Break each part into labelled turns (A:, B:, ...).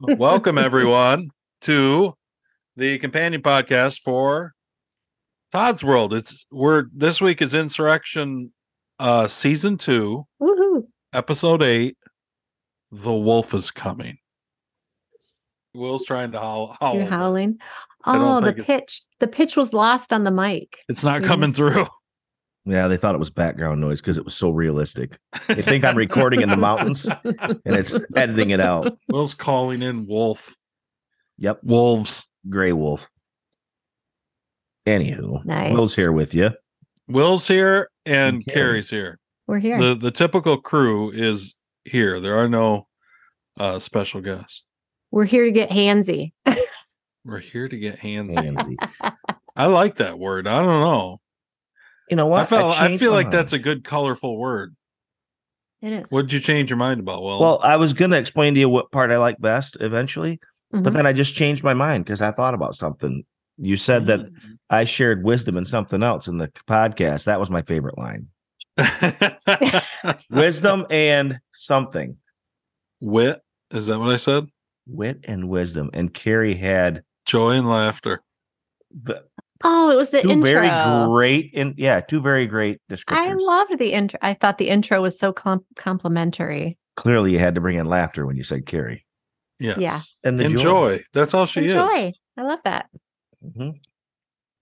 A: Welcome everyone to the companion podcast for Todd's World. It's we're this week is Insurrection uh season 2,
B: Woohoo.
A: episode 8. The wolf is coming. Will's trying to howl. howl
B: You're
A: but
B: howling.
A: Oh, I don't
B: Oh, the
A: think it's-
B: pitch. The pitch was lost on the mic.
A: It's not coming
B: Yes.
A: through.
C: Yeah, they thought it was background noise because it was so realistic. They think I'm recording in the mountains and it's editing it out.
A: Will's calling in wolf.
C: Yep,
A: Wolves.
C: Gray Wolf. Anywho,
B: Nice.
C: Will's here with you.
A: Will's here and
C: Okay.
A: Carrie's here.
B: We're here.
A: The the typical crew is here. There are no uh special guests.
B: We're here to get handsy.
A: We're here to get hands.
C: Ramsey.
A: I like that word. I don't know.
C: You know what?
A: I felt I
C: changed
A: feel
C: my
A: like that's
C: mind.
A: a good colorful word.
B: It is.
A: What'd you change your mind about? Well,
C: well. I was gonna explain to you what part I like best eventually,
B: Mhm.
C: but then I just changed my mind because I thought about something. You said
A: Mm-hmm.
C: that I shared wisdom in something else in the podcast. That was my favorite line. Wisdom and something.
A: wit. Is that what I said?
C: Wit and wisdom. And Carrie had
A: Joy and laughter.
C: the
B: oh, it was the
C: two
B: intro.
C: very great and yeah, two very great
B: I
C: descriptions.
B: loved the intro. I thought the intro was so com- complimentary.
C: Clearly, you had to bring in laughter when you said Carrie
A: Yes.
B: Yeah.
C: and the
A: Enjoy.
C: joy.
A: That's all she
B: Enjoy.
A: is.
B: I love that.
C: Mhm.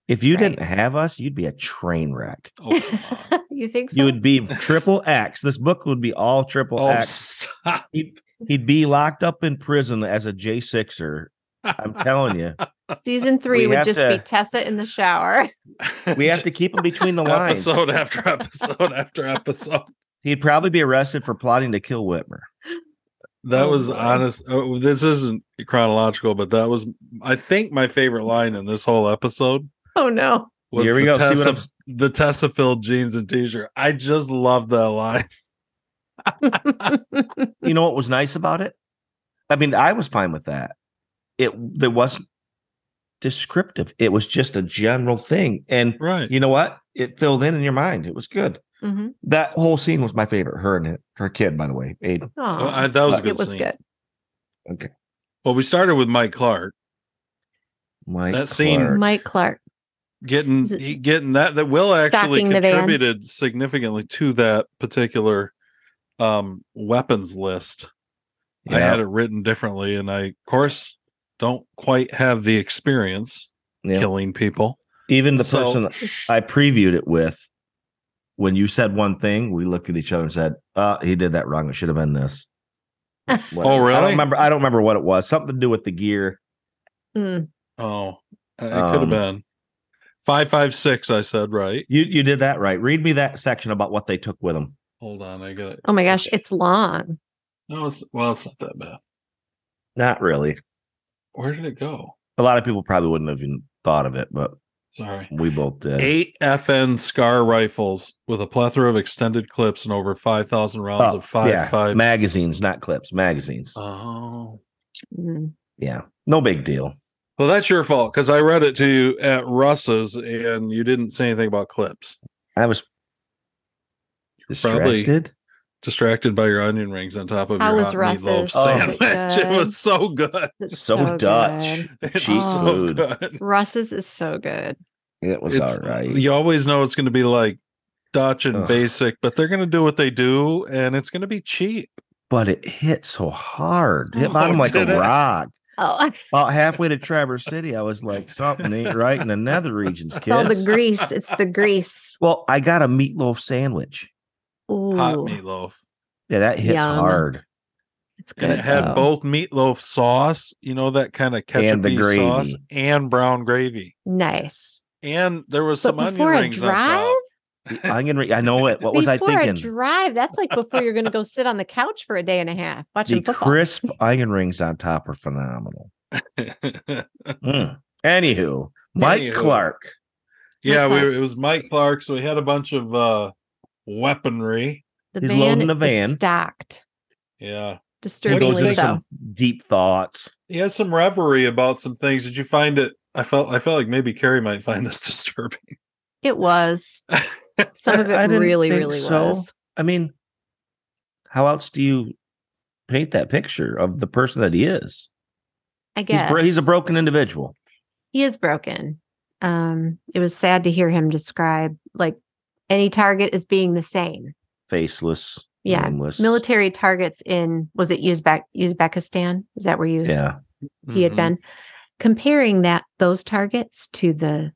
C: If you
B: Right.
C: didn't have us, you'd be a train wreck.
A: Oh, come on.
B: you think so?
C: You would be triple X. This book would be all triple
A: oh
C: X.
A: stop.
C: He'd, he'd be locked up in prison as a J sixer. Oh, I'm telling you,
B: Season three
C: We
B: would
C: have
B: just
C: to-
B: be Tessa in the shower.
C: we have to keep him between the lines.
A: episode after episode after episode.
C: He'd probably be arrested for plotting to kill Whitmer.
A: That
B: Oh,
A: was
B: boy.
A: honest. Oh, this isn't chronological, but that was, I think, my favorite line in this whole episode.
B: Oh no.
A: was
C: Here we
A: the
C: go. See what
A: Tessa,
C: I'm-
A: the Tessa filled jeans and t-shirt. I just love that line.
B: Mm-hmm.
C: you know what was nice about it? I mean, I was fine with that. It there wasn't descriptive. It was just a general thing. And
A: Right.
C: you know what? It filled in in your mind. It was good.
B: hmm
C: That whole scene was my favorite. Her and her kid, by the way, Aiden.
A: Uh, I- that was a
C: But
A: good
B: it was
A: scene.
B: good.
A: Well, we started with Mike Clark
C: Mike
A: That scene-
C: Clark.
B: Mike Clark.
A: getting
B: Is it-
A: he- getting that that Will actually
B: Stocking the van.
A: contributed significantly to that particular um weapons list. I
C: Yeah.
A: had it written differently, and I of course don't quite have the experience
C: Yeah.
A: killing people.
C: Even the
A: So-
C: person I previewed it with, when you said one thing, we looked at each other and said, "Uh, he did that wrong. It should have been this." Whatever. I
A: Oh, really?
C: don't remember. I don't remember what it was. Something to do with the gear.
B: Mm.
A: Oh, it could have
C: Um,
A: been five five six. I said right.
C: You you did that right. Read me that section about what they took with them.
A: Hold on, I got it.
B: Oh my gosh, it's long.
A: No, it's well, it's not that bad.
C: Not really.
A: Where did it go?
C: A lot of people probably wouldn't have even thought of it, but
A: Sorry.
C: we both did.
A: Eight FN Scar rifles with a plethora of extended clips and over 5,000 rounds
C: Oh,
A: of 5
C: yeah,
A: 5.
C: magazines, not clips, magazines.
A: oh.
B: Mm.
C: yeah, no big deal.
A: Well, that's your fault because I read it to you at Russ's and you didn't say anything about clips.
C: I was
A: probably-
C: distracted.
A: Distracted by your onion rings on top of
B: How
A: your
B: was
A: hot meatloaf
B: Russ's? Oh.
A: sandwich.
B: Was it
A: It was so good.
B: It's
C: So Dutch.
B: good.
A: It's
B: Cheap
A: so
C: food.
A: good.
B: Russ's is so good.
C: It was
A: It's-
C: all right.
A: You always know it's going to be like Dutch and
C: Ugh.
A: basic, but they're going to do what they do and it's going to be cheap.
C: but it hit so hard. It hit
A: Oh,
C: bottom like a
A: did it?
C: rock.
B: Oh, it's
C: About halfway to Traverse City, I was like, something ain't right in the nether regions,
B: all the
C: kids.
B: grease. It's the grease.
C: well, I got a meatloaf sandwich.
B: Ooh,
A: Hot meatloaf.
C: Yeah, that hits
B: Yum.
C: hard.
B: it's good.
A: and it had
B: though.
A: both meatloaf sauce, you know that kind of ketchup
C: And the
A: sauce,
C: gravy.
A: and brown gravy,
B: Nice.
A: and there was
B: But
A: some onion
B: before a
A: rings
B: drive,
A: on
C: Onion ring. I know it. What was I
B: before a
C: thinking?
B: drive, that's like before you're going to go sit on the couch for a day and a half watching
C: the
B: football.
C: crisp onion rings on top are phenomenal.
A: top.
C: Mm. Anywho, Mike
A: Anywho.
C: Clark.
A: yeah, we
B: Clark.
A: were, it was Mike Clark, so we had a bunch of uh weaponry.
B: the
C: he's
B: van
C: loading the
B: is
C: van.
B: stocked,
A: Yeah,
C: He goes
B: disturbingly
C: into
A: think?
B: so.
C: some deep thoughts.
A: he had some reverie about some things. Did you find it? I felt I felt like maybe Carrie might find this disturbing.
B: It was some of it
C: I didn't
B: really,
C: think
B: really
C: so.
B: was.
C: I mean, how else do you paint that picture of the person that he is?
B: I
C: He's,
B: guess
C: bro- he's a broken individual.
B: he is broken. Um, it was sad to hear him describe like any target as being the same.
C: Faceless.
B: Yeah.
C: nameless.
B: Military targets in was it Uzbek Uzbekistan? Is that where you
C: Yeah.
B: he had
A: Mhm.
B: been? Comparing that those targets to the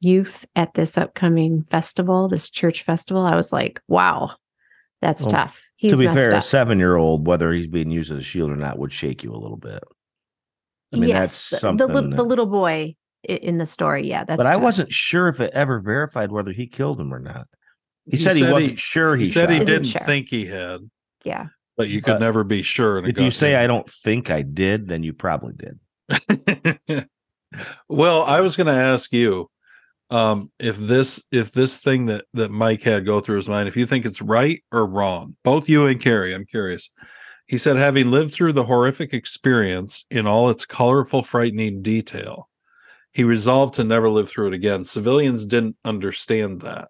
B: youth at this upcoming festival, this church festival, I was like, wow, that's
C: Well,
B: tough. He's
C: to be
B: messed
C: fair, a
B: up.
C: seven year old, whether he's being used as a shield or not, would shake you a little bit. I mean, that's
B: the-
C: something.
B: The, lit-
C: that-
B: the little boy i- in the story. Yeah, that's.
C: but I
B: tough.
C: wasn't sure if it ever verified whether he killed him or not. He,
A: He
C: said, he
A: said
C: wasn't
A: he-
C: sure he,
A: He said
C: shot
A: he
C: him.
B: Isn't
A: didn't
B: sure.
A: think he had,
B: Yeah,
A: but you could
C: But
A: never be sure. In a
C: If you
A: gut
C: say I don't think I did, then you probably did.
A: well, I was going to ask you um, if this if this thing that that Mike had go through his mind, if you think it's right or wrong, both you and Carrie, I'm curious. He said, having lived through the horrific experience in all its colorful, frightening detail, he resolved to never live through it again. Civilians didn't understand that.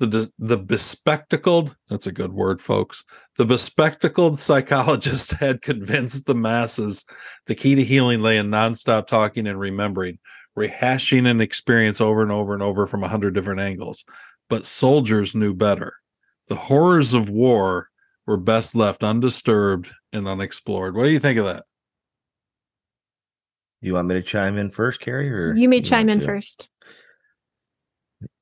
A: The, dis- the bespectacled, that's a good word, folks. The bespectacled psychologist had convinced the masses the key to healing lay in nonstop talking and remembering, rehashing an experience over and over and over from a hundred different angles. But soldiers knew better. The horrors of war were best left undisturbed and unexplored. What do you think of that?
C: You want me to chime in first, Carrie? Or
B: you may
C: want
B: chime in
C: to?
B: first.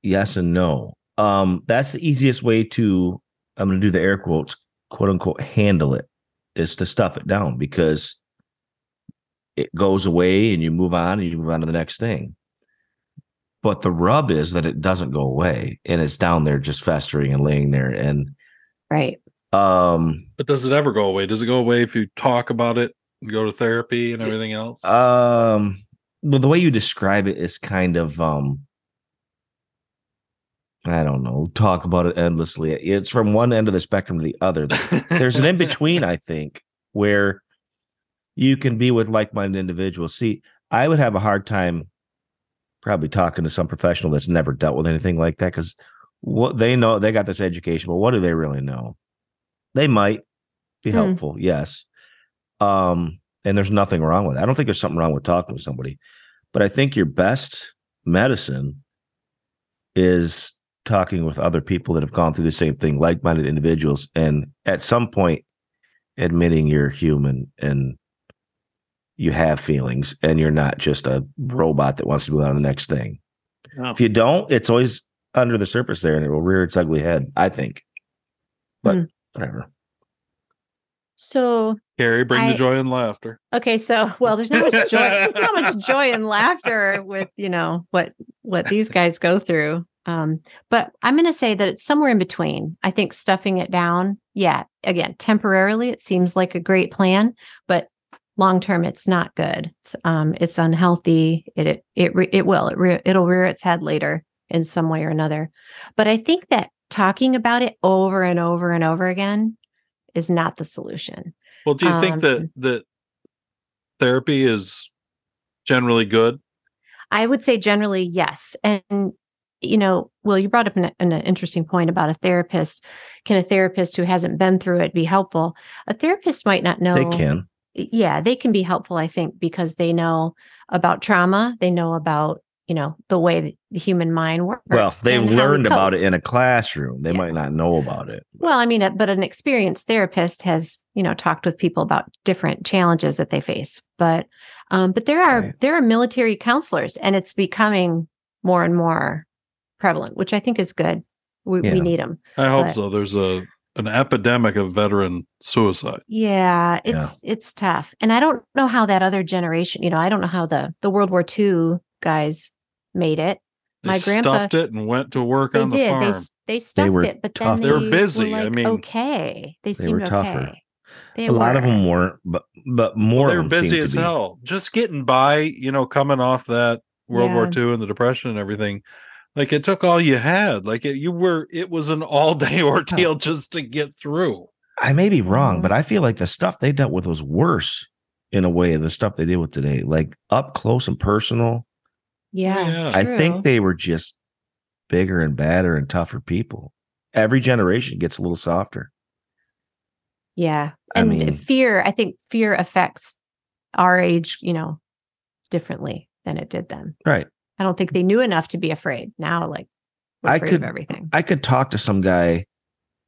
C: Yes and no. Um, that's the easiest way to I'm gonna do the air quotes, quote unquote, handle it is to stuff it down because it goes away and you move on and you move on to the next thing. But the rub is that it doesn't go away and it's down there just festering and laying there. And
B: Right.
C: um
A: But does it ever go away? Does it go away if you talk about it and go to therapy and everything
C: Uh,
A: else?
C: Um, well, the way you describe it is kind of um, I don't know. Talk about it endlessly. It's from one end of the spectrum to the other. There's an in between, I think, where you can be with like-minded individuals. See, I would have a hard time probably talking to some professional that's never dealt with anything like that because what they know they got this education, but what do they really know? They might be
B: Hmm.
C: helpful, yes. Um, and there's nothing wrong with it. I don't think there's something wrong with talking with somebody, but I think your best medicine is talking with other people that have gone through the same thing, like minded individuals, and at some point admitting you're human and you have feelings and you're not just a robot that wants to move on to the next thing.
A: Yeah.
C: If you don't, it's always under the surface there and it will rear its ugly head, I think. But
B: Hmm.
C: whatever.
B: So
A: Carrie, bring the
B: I-
A: joy and laughter.
B: okay, so well, there's not much joy, there's not much joy and laughter with you know what what these guys go through. Um, but I'm going to say that it's somewhere in between. I think stuffing it down, yeah, again, temporarily it seems like a great plan, but long term it's not good. It's, um, it's unhealthy. It it it, re- it will it re- it'll rear its head later in some way or another. But I think that talking about it over and over and over again is not the solution.
A: Well, do you
B: Um,
A: think that that therapy is generally good?
B: I would say generally yes. And you know, well, you brought up an, an interesting point about a therapist. Can a therapist who hasn't been through it be helpful? A therapist might not know.
C: They can.
B: Yeah, they can be helpful. I think because they know about trauma. They know about you know the way that the human mind works.
C: Well, they've
B: and how we
C: learned
B: cope.
C: about it in a classroom. They
B: Yeah.
C: might not know about it.
B: Well, I mean, uh, but an experienced therapist has, you know, talked with people about different challenges that they face. But, um, but there are
C: Right.
B: there are military counselors, and it's becoming more and more prevalent, which I think is good. We, we
C: Yeah.
B: need them.
A: I hope
B: But-
A: so. There's a an epidemic of veteran suicide.
B: Yeah, it's it's tough, and I don't know how that other generation. You know, I don't know how the the World War II guys made it.
A: They
B: My grandpa-
A: stuffed it and went to work
B: They
A: on the
B: did. They
A: farm.
B: s- they stuffed
C: were
B: it, but
C: tough.
B: then
C: They
B: they
A: were busy. I
B: like,
A: mean,
B: okay, they seemed
C: were tougher.
B: okay. They
C: a lot of
B: were.
C: them weren't, but but more
A: Well, they were
C: of them
A: busy
C: seemed to
A: as
C: be.
A: hell, just getting by. You know, coming off that World War II and the Depression and everything. Like it took all you had. Like it, you were. It was an all day
B: Oh.
A: ordeal just to get through.
C: I may be wrong,
B: Mhm.
C: but I feel like the stuff they dealt with was worse in a way than the stuff they deal with today. Like up close and personal.
B: Yeah,
A: Yeah.
C: I
B: true.
C: think they were just bigger and badder and tougher people. Every generation gets a little softer.
B: Yeah.
C: I
B: And
C: mean-
B: fear, I think fear affects our age, you know, differently than it did then.
C: Right.
B: I don't think they knew enough to be afraid. Now, like, we're
C: I
B: afraid
C: could-
B: of everything.
C: I could talk to some guy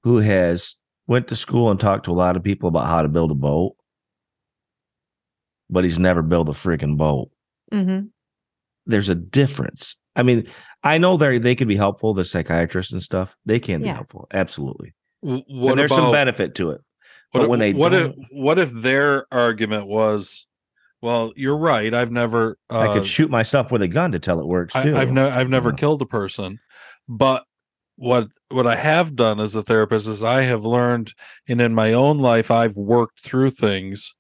C: who has went to school and talked to a lot of people about how to build a boat, but he's never built a freaking boat.
B: Mm-hmm.
C: There's a difference. I mean, I know they they can be helpful, the psychiatrists and stuff. They can be
B: Yeah.
C: helpful, absolutely.
A: W-
C: and
A: What
C: there's
A: about
C: some benefit to it.
A: what,
C: but when they
A: what if
C: don't-
A: what if their argument was, well, you're right. I've never uh,
C: I could shoot myself with a gun to tell it works too.
A: I, I've never I've never
C: Yeah.
A: killed a person, but what what I have done as a therapist is I have learned, and in my own life, I've worked through things,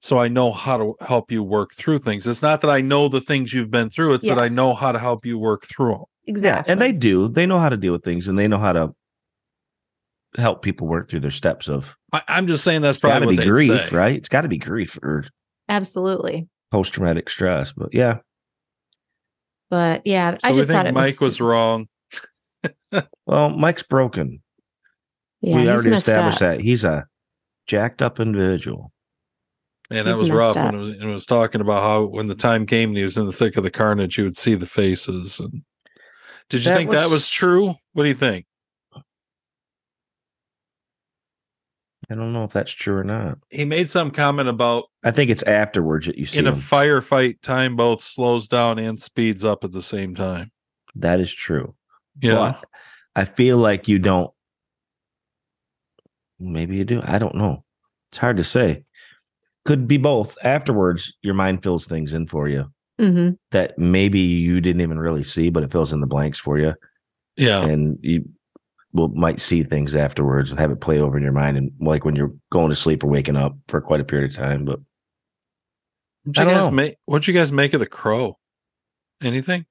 A: so I know how to help you work through things. It's not that I know the things you've been through; it's that I
B: Yes.
A: know how to help you work through them.
C: Yeah,
B: Exactly.
C: and they do. They know how to deal with things, and they know how to help people work through their steps of.
A: I, I'm just saying that's
C: It's got to
A: probably what
C: be
A: they
C: grief,
A: grief,
C: right? It's got to be grief or
B: absolutely.
C: post traumatic stress. But yeah,
B: But yeah,
A: So
B: I
A: we
B: just
A: think
B: thought it
A: Mike was,
B: was,
A: wrong.
C: well, Mike's broken.
B: Yeah,
C: we
B: he's
C: already
B: messed
C: established
B: up.
C: that he's a jacked up individual.
A: And that
B: He's
A: was
B: messed
A: rough.
B: up.
A: And it was, and it was talking about how when the time came and he was in the thick of the carnage, you would see the faces. And did you
C: That
A: think that
C: was-
A: was true? What do you think?
C: I don't know if that's true or not.
A: He made some comment about
C: I think it's afterwards that you see
A: in a
C: him.
A: firefight, time both slows down and speeds up at the same time.
C: that is true.
A: Yeah.
C: But I feel like you don't. Maybe you do. I don't know. It's hard to say. Could be both. Afterwards, your mind fills things in for you
B: Mhm.
C: that maybe you didn't even really see, but it fills in the blanks for you,
A: yeah.
C: and you will might see things afterwards and have it play over in your mind, and like when you're going to sleep or waking up for quite a period of time. But
A: What'd
C: I
A: you
C: don't
A: guys
C: know.
A: make what'd you guys make of the crow? Anything?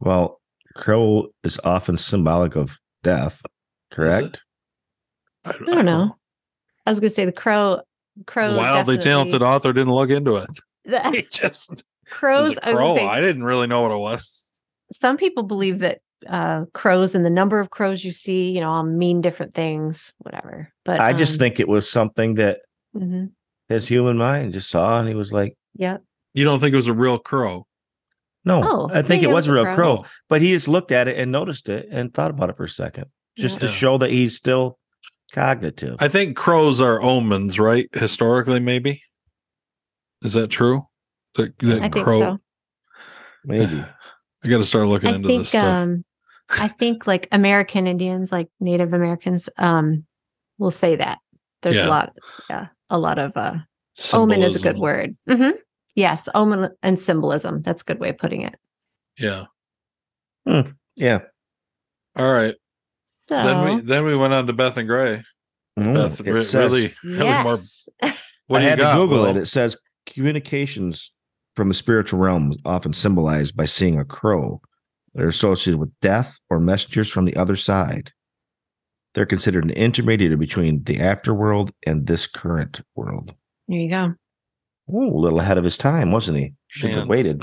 C: well, crow is often symbolic of death, correct?
A: I,
B: I don't know. I was going to say the crow. Crow
A: Wildly talented
B: definitely-
A: author didn't look into it. He
B: The,
A: just it was
B: crows.
A: a
B: I was gonna
A: crow.
B: say,
A: I didn't really know what it was.
B: some people believe that uh, crows and the number of crows you see, you know, all mean different things, whatever. But
C: I just
B: um,
C: think it was something that
B: mhm.
C: his human mind just saw and he was like
B: yeah,
A: You don't think it was a real crow?
C: no
B: Oh,
C: i think
B: yeah,
C: it was a real crow.
B: Oh.
A: No.
C: but he just looked at it and noticed it and thought about it for a second just to
A: Yeah.
C: show that he's still cognitive
A: I think crows are omens, right? Historically, maybe. Is that true? The, the
B: I think
A: crow.
B: so.
C: maybe
A: I got to start looking
B: I
A: into this
B: think
A: stuff.
B: um, I think like American Indians, like Native Americans, um, will say that. There's
A: Yeah.
B: a lot, yeah, a lot of uh, omen is a good
A: Symbolism.
B: word. hmm Yes, omen and symbolism. That's a good way of putting it.
A: Yeah.
C: yeah
A: All right.
B: So
A: Then we then we went on to Beth and Gray.
C: Mm,
A: Beth,
C: it
A: re-
C: says-
A: really, really more.
B: yes,
A: What
C: i
A: do you
C: had
A: got?
C: to google
A: Will?
C: it it says communications from the spiritual realm often symbolized by seeing a crow they're associated with death or messengers from the other side they're considered an intermediary between the afterworld and this current world
B: there you go.
C: Ooh, a little ahead of his time, wasn't he? Should have
A: Man.
C: waited.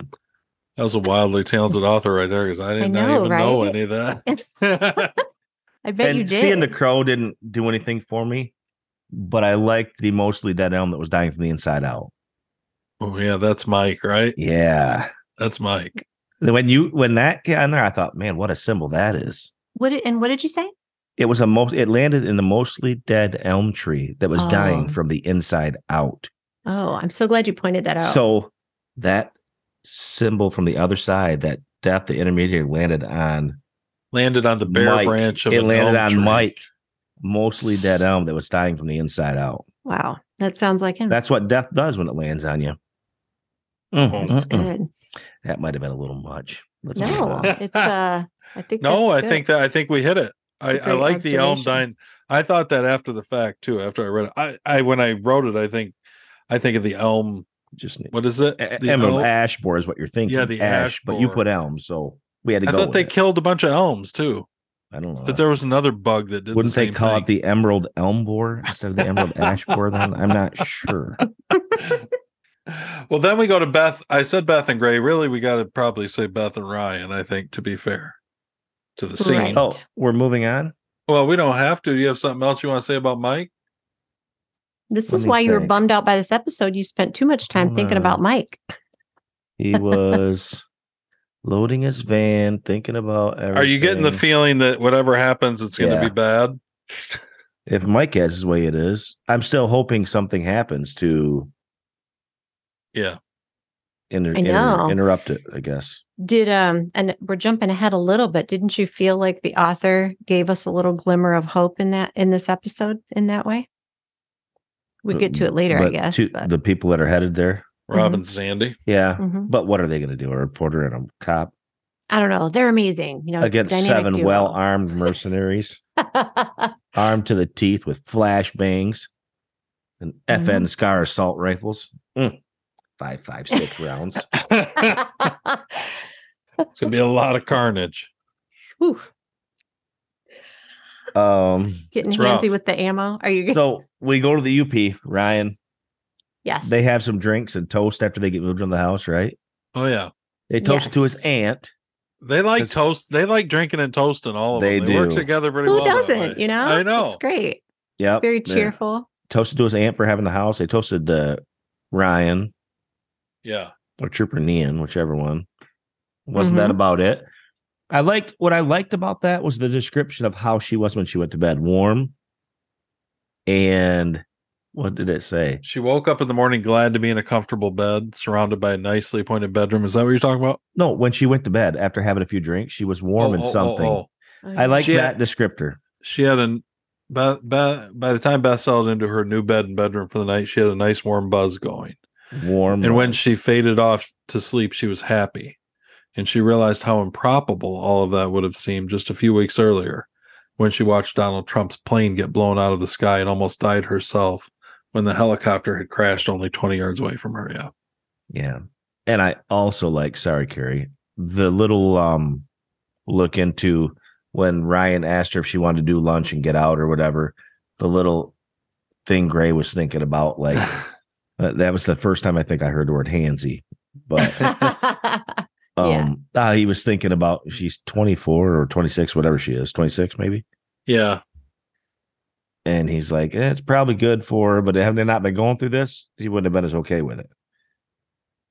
A: That was a wildly talented author right there because I did not
B: know,
A: even know
B: right?
A: any of that.
B: I bet
C: and
B: you did.
C: seeing the crow didn't do anything for me, but I liked the mostly dead elm that was dying from the inside out.
A: oh yeah, that's Mike, right?
C: Yeah.
A: That's Mike.
C: When you when that got on there, I thought, man, what a symbol that is.
B: what did, and what did you say?
C: It was a most it landed in a mostly dead elm tree that was dying
B: Oh.
C: from the inside out.
B: Oh, I'm so glad you pointed that out.
C: So that symbol from the other side, that death, the intermediary landed on
A: Landed on the bare
C: Mike.
A: branch of
C: it
A: an elm
C: landed on
A: tree.
C: Mike, mostly dead elm that was dying from the inside out.
B: wow, that sounds like him.
C: That's what death does when it lands on you. Mm,
A: Oh,
B: That's
C: mm, mm.
B: good.
C: That might have been a little much. Let's move
B: No,
C: on.
B: it's uh, I think
A: No, I
B: that's
A: think that I think we hit it. I,
B: It's a
A: I
B: great
A: like the elm
B: observation.
A: dine. I thought that after the fact too. After I read it, I, I when I wrote it, I think I think of the elm.
C: just
A: What is it?
C: the
A: The elm-
C: ash borer is what you're thinking.
A: Yeah, the ash
C: but you
A: borer.
C: put elm, so we had to
A: I
C: go.
A: thought
C: with
A: they
C: it.
A: killed a bunch of elms too.
C: I don't know.
A: That there was another bug that did.
C: Wouldn't
A: the same
C: they call
A: thing.
C: it the emerald elm borer instead of the emerald ash borer? Then I'm not sure.
A: well, then we go to Beth. I said Beth and Gray. Really, we got to probably say Beth and Ryan. I think to be fair to the scene.
B: Right.
C: Oh, we're moving on.
A: Well, we don't have to. Do you have something else you want to say about Mike?
B: This
C: Let
B: is
C: me
B: why you were
C: think.
B: bummed out by this episode. You spent too much time thinking
C: Hold
B: about
C: on.
B: Mike.
C: He was loading his van, thinking about everything.
A: Are you getting the feeling that whatever happens, it's going to
C: Yeah.
A: be bad?
C: if Mike has his way, it is. I'm still hoping something happens to
A: Yeah.
C: inter-
B: I
C: inter-
B: know.
C: interrupt it. I guess.
B: Did um and we're jumping ahead a little bit. Didn't you feel like the author gave us a little glimmer of hope in that in this episode in that way? We get to it later, I
C: Uh, But
B: guess.
C: to
B: but
C: the people that are headed there.
A: Robin Sandy.
C: Yeah.
B: Mhm.
C: But what are they going to do? A reporter and a cop
B: I don't know. They're amazing. You know,
C: against
B: dynamic
C: seven
B: duo.
C: well armed mercenaries, armed to the teeth with flashbangs and
B: Mhm.
C: FN Scar assault rifles. Mm. Five, five, six rounds.
A: it's going to be a lot of carnage.
B: Whew,
C: Um,
B: getting
A: It's
B: handsy
A: rough.
B: with the ammo. Are you?
C: so we go to the UP, Ryan.
B: yes.
C: They have some drinks and toast after they get moved into the house, right?
A: Oh, yeah.
C: They toast to his
B: Yes.
C: aunt.
A: They like
C: 'Cause-
A: toast. They like drinking and toasting. All of
C: They
A: them. They work
C: do.
A: together pretty
B: Who
A: well. that
C: uh,
B: doesn't?
A: way.
B: You know,
A: I know.
B: It's great.
C: Yep.
B: Very
C: They
B: cheerful.
C: Toasted to his aunt for having the house. They toasted to Ryan
A: Yeah.
C: or Trooper Nian, whichever one. Wasn't that
B: Mhm.
C: about it? I liked what I liked about that was the description of how she was when she went to bed. Warm. And what did it say?
A: She woke up in the morning glad to be in a comfortable bed surrounded by a nicely appointed bedroom. Is that what you're talking about?
C: No, when she went to bed after having a few drinks, she was warm
A: Oh,
C: and
A: oh, oh,
C: something.
A: oh.
C: I like
A: She
C: that
A: had-
C: descriptor.
A: She had an by, by, by the time Beth settled into her new bed and bedroom for the night, she had a nice warm buzz going.
C: Warm.
A: And when
C: was.
A: she faded off to sleep, she was happy. And she realized how improbable all of that would have seemed just a few weeks earlier when she watched Donald Trump's plane get blown out of the sky and almost died herself when the helicopter had crashed only 20 yards away from her. Yeah.
C: Yeah. And I also like, sorry, Carrie, the little um look into when Ryan asked her if she wanted to do lunch and get out or whatever, the little thing Gray was thinking about, like uh, that was the first time I think I heard the word handsy. But um ah, he was thinking about she's 24 or 26, whatever she is, 26 maybe.
A: yeah.
C: And he's like, eh, it's probably good for her, but have they not been going through this? He wouldn't have been as okay with it.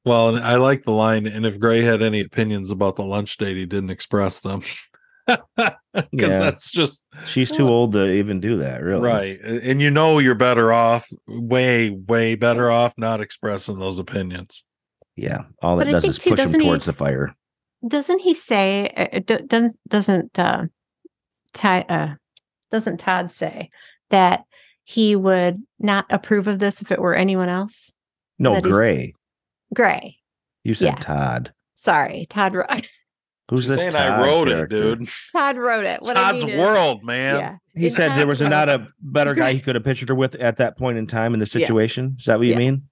A: Well, and I like the line. And if Gray had any opinions about the lunch date, he didn't express them because
C: Yeah.
A: that's just
C: She's too old to even do that, really.
A: right. A- And you know, you're better off, way, way better off not expressing those opinions.
C: Yeah. All
B: But
C: that
B: I
C: does
B: think
C: is
B: too,
C: push him
B: doesn't he-
C: towards the fire.
B: doesn't he say uh, do- doesn't doesn't uh, Ty, uh doesn't Todd say that he would not approve of this if it were anyone else?
C: No,
B: That he's-
C: Gray.
B: Gray.
C: You said
B: Yeah.
C: Todd.
B: Sorry, Todd wrote
C: Who's
A: She's
C: this?
A: saying
C: Todd
A: I wrote
C: character?
A: it, dude.
B: Todd wrote it. What I
A: Todd's
B: mean is-
A: world, man.
B: Yeah.
C: He
B: In
C: said there
B: Todd's
C: was not
B: world.
C: a better guy
B: Gray.
C: he could have pictured her with at that point in time in the
B: Yeah.
C: situation. Is that what you
B: Yeah.
C: mean?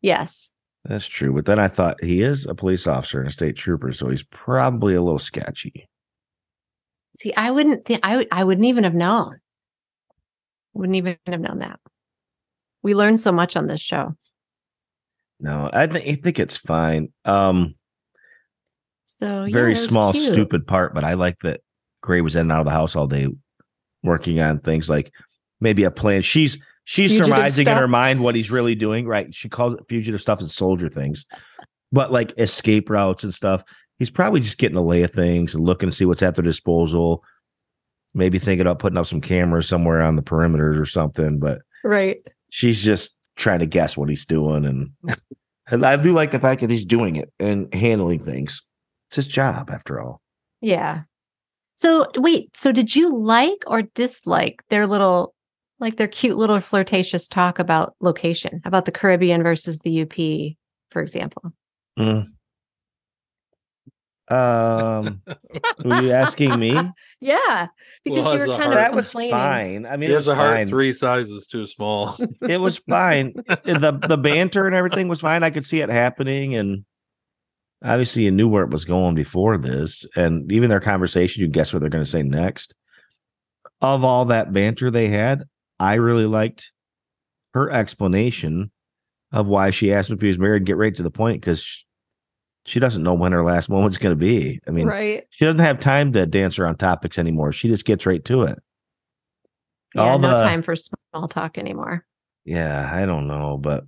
B: Yes.
C: That's true. But then I thought he is a police officer and a state trooper, so he's probably a little sketchy.
B: See, I wouldn't think I would I wouldn't even have known. Wouldn't even have known that. We learn so much on this show.
C: No, I think I think it's fine. Um,
B: So Oh, yeah,
C: very
B: that was
C: small,
B: cute.
C: stupid part, but I like that Gray was in and out of the house all day working on things like maybe a plan. She's she's
B: Fugitive
C: surmising in her
B: stuff.
C: mind what he's really doing, right? She calls it fugitive stuff and soldier things, but like escape routes and stuff. He's probably just getting a lay of things and looking to see what's at their disposal. Maybe thinking about putting up some cameras somewhere on the perimeters or something, but
B: Right.
C: she's just trying to guess what he's doing. And, and I do like the fact that he's doing it and handling things. It's his job after all.
B: Yeah. So wait, so did you like or dislike their little like their cute little flirtatious talk about location, about the Caribbean versus the UP, for example?
C: Mm. Um, were you asking me?
B: Yeah. Because
A: Was
B: you
A: a
B: were kind
A: hard-
B: of
C: that was
B: complaining.
C: fine. I mean,
A: he
C: it
A: has
C: was
A: a heart
C: fine.
A: three sizes too small.
C: It was fine. the The banter and everything was fine. I could see it happening, and obviously, you knew where it was going before this, and even their conversation, you guess what they're going to say next. Of all that banter they had, I really liked her explanation of why she asked him if he was married. Get right to the point because she, she doesn't know when her last moment's going to be. I mean,
B: right.
C: She doesn't have time to dance around topics anymore. She just gets right to it.
B: Yeah,
C: all
B: no
C: the-
B: time for small talk anymore.
C: yeah, I don't know, but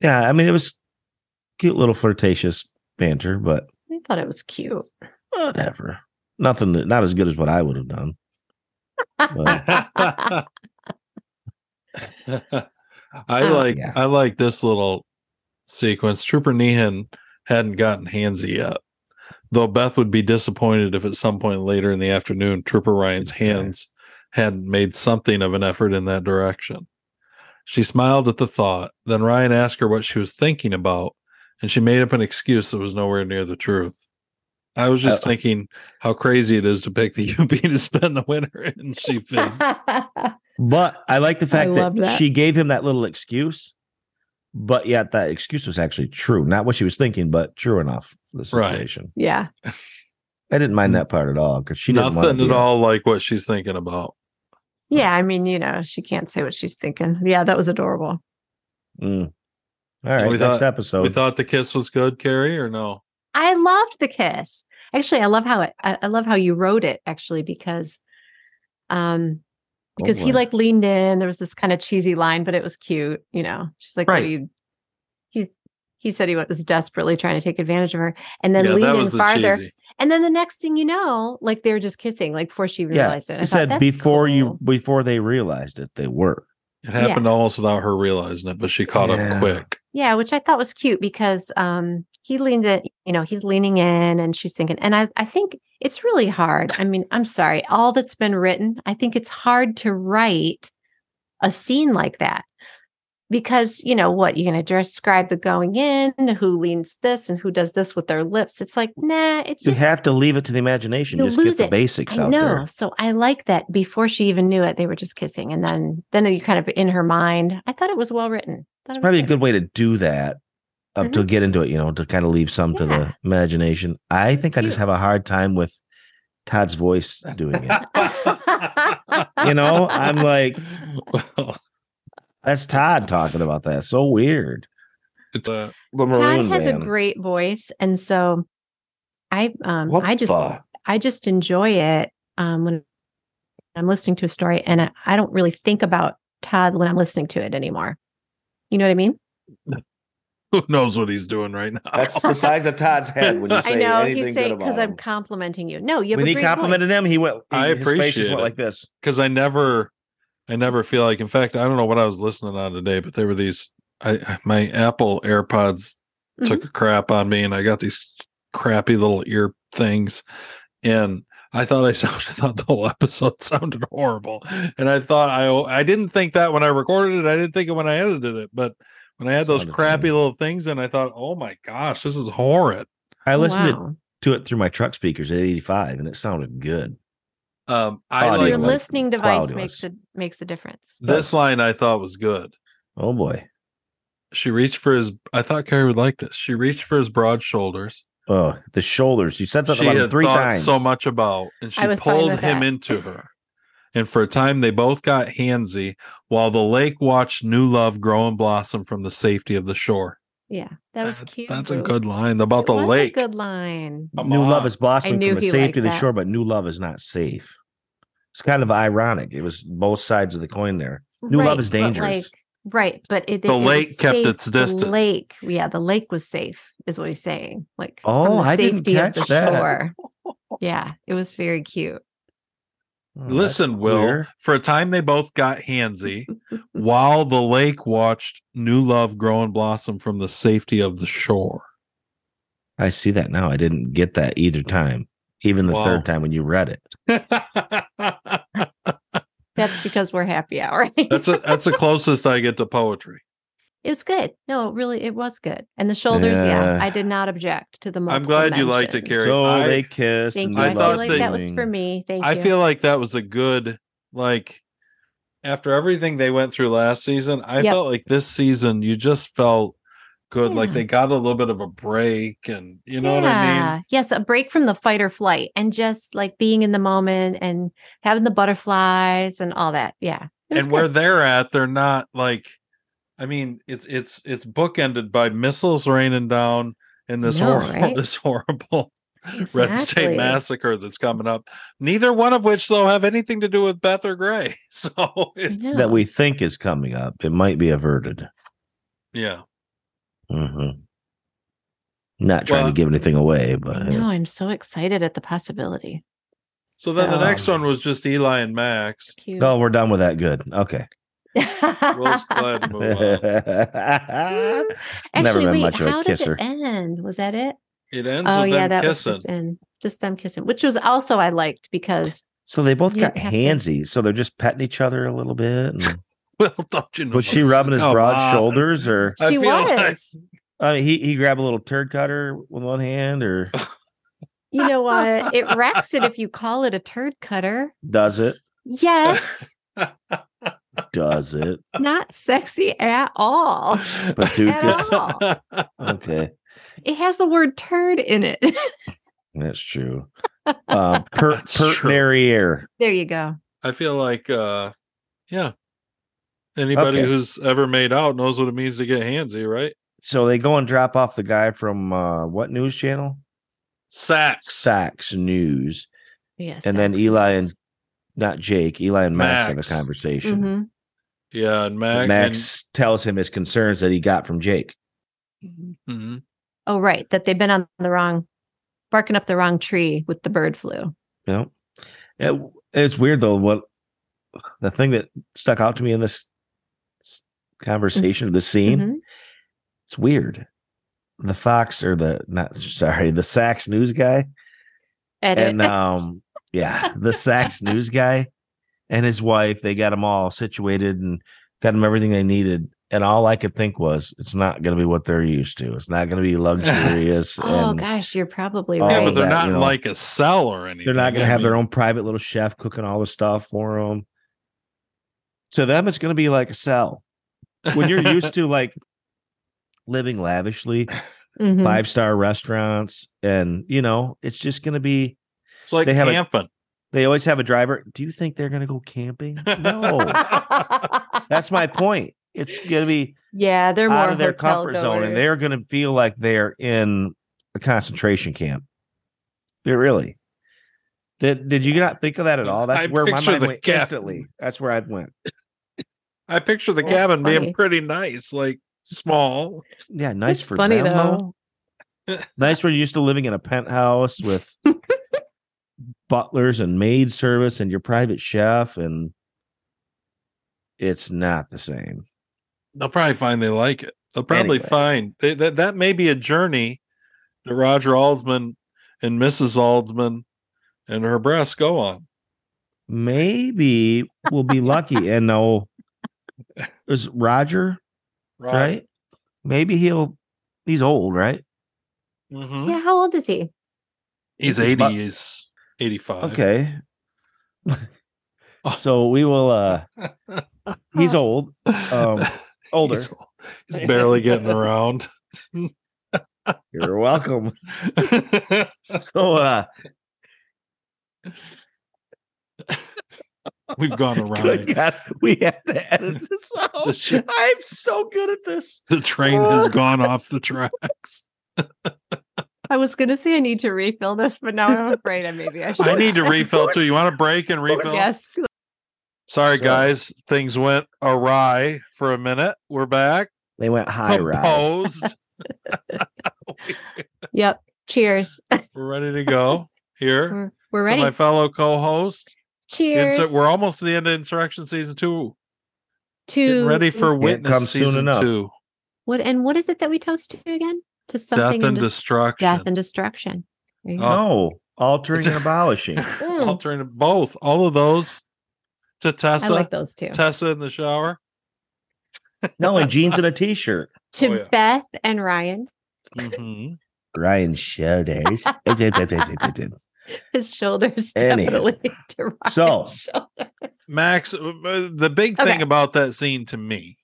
C: yeah, I mean, it was cute little flirtatious banter, but
B: I thought it was cute.
C: whatever. Nothing, not as good as what I would have done. But,
A: I like
C: yeah.
A: I like this little sequence. Trooper Nehan hadn't gotten handsy yet, though Beth would be disappointed if at some point later in the afternoon Trooper Ryan's hands hadn't made something of an effort in that direction. She smiled at the thought. Then Ryan asked her what she was thinking about, and she made up an excuse that was nowhere near the truth. I was just
C: Uh,
A: thinking how crazy it is to pick the UP to spend the winter in Shefield.
C: but I like the fact that,
B: love that.
C: she gave him that little excuse, but yet that excuse was actually true. Not what she was thinking, but true enough for the
A: Right. Mm.
C: situation.
B: yeah.
C: I didn't mind that part at all because she didn't wanna
A: nothing
C: be
A: at
C: a-
A: all like what she's thinking about.
B: Yeah. I mean, you know, she can't say what she's thinking. Yeah. That was adorable.
C: Mm. All right,
A: we
C: next
A: thought-
C: episode.
A: we thought the kiss was good, Carrie, or no?
B: I loved the kiss. Actually, I love how it. I, I love how you wrote it. Actually, because, um,
C: Oh,
B: because he
C: boy.
B: like leaned in. There was this kind of cheesy line, but it was cute. You know, she's like, "What
C: Right.
B: are you?" He's he said he was desperately trying to take advantage of her, and then
A: yeah,
B: leaned
A: that
B: in
A: was the
B: farther.
A: cheesy.
B: And then the next thing you know, like they're just kissing, like before she
C: Yeah,
B: realized it.
C: he said before you before they realized it, they were.
A: It happened almost without her realizing it, but she caught
C: Yeah.
A: up quick.
B: Yeah, which I thought was cute because um he leaned in, you know, he's leaning in and she's thinking. And I, I think it's really hard. I mean, I'm sorry, all that's been written, I think it's hard to write a scene like that. Because, you know, what you're gonna describe the going in, who leans this and who does this with their lips. It's like, nah, it's
C: You
B: just
C: have to leave it to the imagination.
B: You'll
C: Just get
B: lose
C: the
B: it.
C: basics
B: I
C: out
B: know.
C: there.
B: So I like that before she even knew it, they were just kissing. And then then you kind of in her mind. I thought it was well written. Thought
C: It's
B: it was
C: probably a good way to do that. Um, to get into it, you know, to kind of leave some to
B: Mm-hmm. Yeah.
C: the imagination. I think I just
B: cute.
C: have a hard time with Todd's voice doing it. you know, I'm like,
A: Well,
C: that's Todd talking about that. So weird.
A: it's uh, a,
C: The
B: Todd
C: maroon
B: has
C: man.
B: a great voice. And so I um
C: What
B: I just
C: the-
B: I just enjoy it um when I'm listening to a story and I, I don't really think about Todd when I'm listening to it anymore. You know what I mean?
A: who knows what he's doing right now?
C: That's the size of Todd's head when you
A: I
C: say
B: I know
C: anything
B: he's
C: good
B: saying
C: about
B: because I'm
C: him.
B: complimenting you. No, you have
C: when
B: a
C: he
B: great
C: complimented
B: voice.
C: him, he went.
A: I
C: his face
A: appreciate
C: just went
A: it.
C: like this.
A: because I never, I never feel like. In fact, I don't know what I was listening on today, but there were these. I- I my Apple AirPods took a crap on me, and I got these crappy little ear things, and I thought I sounded I thought the whole episode sounded horrible, and I thought I I didn't think that when I recorded it, I didn't think it when I edited it, but when I had those
C: Sounded
A: crappy
C: fine.
A: little things, and I thought, oh my gosh, this is horrid.
C: I
B: Oh,
C: listened to
B: wow.
C: to it through my truck speakers at 85 and it sounded good.
A: Um, I
C: Oh,
B: So
C: like-
B: your
A: like
C: like
B: listening
C: cloud
B: device makes
C: was.
B: a makes a difference.
A: this line. I thought was good.
C: Oh boy.
A: She reached for his. I thought Carrie would like this. She reached for his broad shoulders.
C: Oh, the shoulders. You said something
A: She
C: about
A: had
C: it three
A: thought
C: times.
A: so much about, and
B: I
A: she
B: was fine
A: pulled
B: with
A: him
B: that.
A: into her. And for a time, they both got handsy while the lake watched new love grow and blossom from the safety of the shore.
B: Yeah, that was
A: That-
B: cute.
A: That's a
B: Boo.
A: good line about
B: It
A: the
B: was a
A: lake.
B: good line.
A: Come
C: New love
A: on.
C: is blossoming
B: knew
C: from the
B: he
C: safety of
B: liked
C: the
B: that.
C: shore, but new love is not safe. It's kind of ironic. It was both sides of the coin there. New love is
B: but
C: dangerous.
B: like- right, but it,
A: The
B: it was
A: lake kept
B: safe.
A: its
B: The
A: distance.
B: lake, yeah, the lake was safe, is what he's saying. Like,
C: Oh,
B: from the
C: I didn't
B: safety of the
C: catch that.
B: shore. Yeah, it was very cute.
C: Oh, that's
A: Listen, Will,
C: queer.
A: for a time they both got handsy while the lake watched new love grow and blossom from the safety of the shore.
C: I see that now. I didn't get that either time, even the
A: Wow.
C: third time when you read it.
B: That's because we're happy hour.
A: that's a, that's the closest I get to poetry.
B: it was good. No, it really, it was good. And the shoulders, yeah,
C: Yeah.
B: I did not object to the. multiple
A: glad you liked it,
B: mentions.
A: Carrie.
C: so
A: I-
C: they kissed.
B: Thank
C: and
B: you.
A: I
C: new
B: I
A: thought
B: feel
C: love
B: like
A: that-
B: that was for
C: blooming.
B: me. Thank
A: I
B: you.
A: feel like that was a good like after everything they went through last season, I
B: Yep.
A: felt like this season you just felt good. Like
B: Yeah.
A: they got a little bit of a break and you know what I mean?
B: Yes, a break from the fight or flight and just like being in the moment and having the butterflies and all that. Yeah. It was
A: And where
B: good.
A: they're at, they're not like I mean, it's it's it's bookended by missiles raining down and this
B: know,
A: horrible
B: right?
A: this horrible Red State
B: Exactly.
A: Massacre that's coming up. Neither one of which, though, have anything to do with Beth or Gray. So it's,
B: know.
C: that we think is coming up. It might be averted.
A: yeah.
C: hmm Not trying
A: Well-
C: to give anything away, but
B: I
C: hey.
B: know. I'm so excited at the possibility.
A: So then the
B: So-
A: next one was just Eli and Max.
B: Cute.
C: oh, we're done with that. Good. Okay.
A: Rose Glad move on.
B: Actually,
C: been
B: wait,
C: much of a
B: how does
C: kisser.
B: it end? Was that it?
A: It ends
B: oh
A: with
B: yeah,
A: them
B: that
A: kissing.
B: was just end. Just them kissing, which was also I liked because
C: so they both
B: You
C: got
B: have to-
C: handsy. So they're just petting each other a little bit. and-
A: well, don't you know?
C: was she rubbing his
A: Come
C: broad
A: on.
C: shoulders, or
A: I
B: she
A: feel
B: was.
A: like-
C: I mean, he he grabbed a little turd cutter with one hand, or
B: You know what? It wrecks it if you call it a turd cutter.
C: does it?
B: Yes,
C: Does it?
B: not sexy at all.
C: Bazookas.
B: all.
C: Okay,
B: It has the word turd in it.
C: that's true. Um, per
A: That's
C: pert
A: true.
C: Narriere.
B: there you go.
A: I feel like, uh, yeah. Anybody
C: Okay.
A: who's ever made out knows what it means to get handsy, right?
C: So they go and drop off the guy from uh, what news channel?
A: Sacks.
C: Sax News,
B: Yes.
C: and then Eli and not Jake, Eli and Max, have
A: Max.
C: a conversation.
B: Mm-hmm.
A: Yeah, and Max.
C: Max,
A: and-
C: tells him his concerns that he got from Jake.
A: Mhm.
B: Oh, right. That they've been on the wrong, barking up the wrong tree with the bird flu.
C: Yeah, It- it's weird though. What the thing that stuck out to me in this s- conversation, the scene,
B: Mhm.
C: it's weird. The Fox or the not sorry, the Sax News guy,
B: Edit.
C: and um, yeah, the Sax News guy and his wife. They got them all situated and got them everything they needed. And all I could think was, it's not going to be what they're used to. It's not going to be luxurious.
B: oh
C: and
B: gosh, you're probably
C: all
B: right.
A: Yeah, but they're
C: that,
A: not
C: you
A: in
C: know.
A: like a cell or anything.
C: They're not going
A: I
C: to have their
A: mean,
C: own private little chef cooking all the stuff for them. To them, it's going to be like a cell. When you're used to like living lavishly,
B: Mhm.
C: five star restaurants, and you know, it's just going to be.
A: It's like
C: they have a-
A: camping.
C: They always have a driver. Do you think they're going to go camping? No, that's my point. It's going to be
B: yeah, they're more
C: out of their
B: hotel
C: comfort zone, and
B: goers.
C: they're going to feel like they're in a concentration camp. They're really. Did Did you not think of that at all? That's
A: Mm, I
C: where my
A: picture
C: mind
A: the
C: went
A: cabin.
C: instantly. That's where I went.
A: I picture the
B: That's
A: cabin being
B: funny.
A: pretty nice, like small.
C: Yeah, nice
B: It's
C: for
B: funny,
C: them,
B: though.
C: though. nice for used to living in a penthouse with butlers and maid service and your private chef, and it's not the same.
A: They'll probably find they like it. They'll probably
C: Anyway.
A: find they, that that may be a journey that Roger Aldsman and Mrs. Aldsman and her breasts go on.
C: Maybe we'll be lucky and no. Is Roger
A: Roger.
C: right? Maybe he'll he's old, right?
A: Mhm.
B: Yeah, how old is he?
A: He's
C: He's
A: eighty.
C: about-
A: He's eighty-five.
C: Okay. so we will uh he's old, um older.
A: He's, he's barely getting around.
C: You're welcome. So uh
A: We've gone
C: good
A: around.
C: God, we have to edit this out.
A: This shit-
C: I'm so good at this.
A: The train has gone off the tracks.
B: I was gonna say I need to refill this, but now I'm afraid I maybe I should.
A: I need to refill too. You want a break and
C: course.
A: refill?
B: Yes.
A: Sorry,
C: So-
A: guys. Things went awry for a minute. We're back.
C: They went high
A: Oh,
C: ride.
A: Composed.
B: Yep. Cheers.
A: We're ready to go here.
B: We're, we're
A: To
B: ready.
A: my fellow co-host.
B: Cheers.
A: Inse- we're almost to the end of Insurrection Season Two. Getting
B: to
A: ready for Witness
C: comes soon
A: Season
C: enough.
A: Two.
B: what? And what is it that we toast to again? To something
A: Death and
B: dis-
A: destruction. Oh,
B: death and destruction. There you go.
C: No, altering and abolishing.
B: Mm.
A: Alternate both. All of those to
B: I
A: Tessa.
B: like those two.
A: Tessa in the shower.
C: No, in jeans and a t-shirt.
B: to
A: oh, yeah.
B: Beth and Ryan,
C: Mm-hmm.
A: Mhm.
C: Ryan Shoulders.
B: his shoulders
C: Anyhow.
B: definitely to Ryan's
C: So-
B: shoulders.
A: Max, uh, uh, the big
B: Okay.
A: thing about that scene to me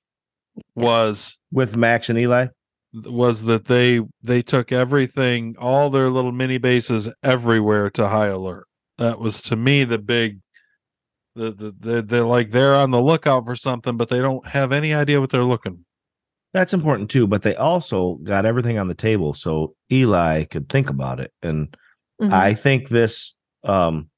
A: was
C: With Max and Eli.
A: was that they they took everything all their little mini bases everywhere to high alert that was to me the big the, the, the they're like they're on the lookout for something but they don't have any idea what they're looking
C: That's important too, but they also got everything on the table so Eli could think about it and
B: Mhm.
C: I think this um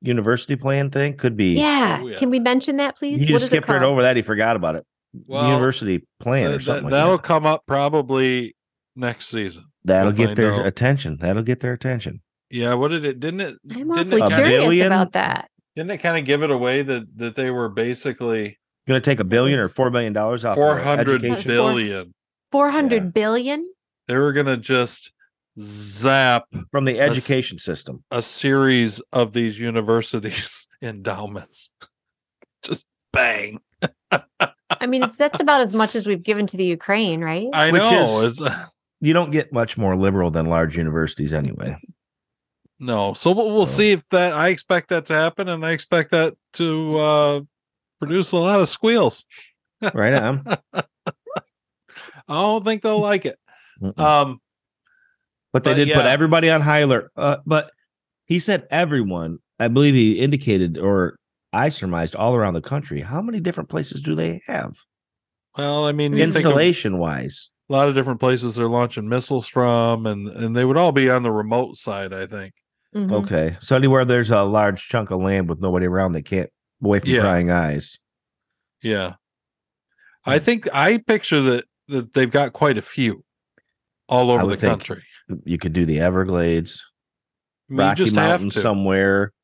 C: university plan thing could be.
B: yeah.
A: Oh, yeah.
B: Can we mention that, please?
C: You
B: what
C: just
B: is it
C: skipped right
B: called?
C: over that. He forgot about it.
A: Well,
C: university plan
A: Th-
C: or
A: th-
C: something. like
A: that'll
C: that.
A: come up probably next season.
C: that'll
A: we'll
C: get
A: find
C: their
A: out.
C: attention. That'll get their attention.
A: Yeah, what did it? Didn't it? didn't
B: I'm awfully
A: it
C: like
A: kind of,
C: Billy?
B: curious
C: billion?
B: about that.
A: didn't it kind of give it away that that they were basically
C: Going to take a billion or
B: was-
C: four billion dollars off. of
A: four hundred
C: education.
A: billion?
B: Four hundred billion.
A: They were gonna just zap
C: from the
A: That's-
C: education system.
A: a series of these universities endowments. Just bang.
B: I mean, it's that's about as much as we've given to the Ukraine, right?
A: I
C: Which
A: know.
C: is-
A: it's
C: You don't get much more liberal than large universities anyway.
A: no. So we'll, we'll
C: Well.
A: see if that. I expect that to happen, and I expect that to uh, produce a lot of squeals.
C: Right on.
A: I don't think they'll like it.
C: Mm-mm.
A: Um,
C: but they
A: but
C: did put
A: yeah.
C: everybody on high alert. Uh, but he said everyone. I believe he indicated or I surmised all around the country. How many different places do they have
A: well, I mean, you think of-
C: installation wise?
A: a lot of different places they're launching missiles from and and they would all be on the remote side i think
B: Mhm.
A: Mm-hmm.
C: Okay, so anywhere there's a large chunk of land with nobody around, they can't away from
A: Yeah.
C: prying eyes.
A: yeah
C: Hmm.
A: i think i picture that that they've got quite a few all over
C: would
A: the
C: think
A: country
C: You could do the Everglades,
A: I mean, you
C: Rocky
A: just have
C: Mountains
A: to
C: somewhere,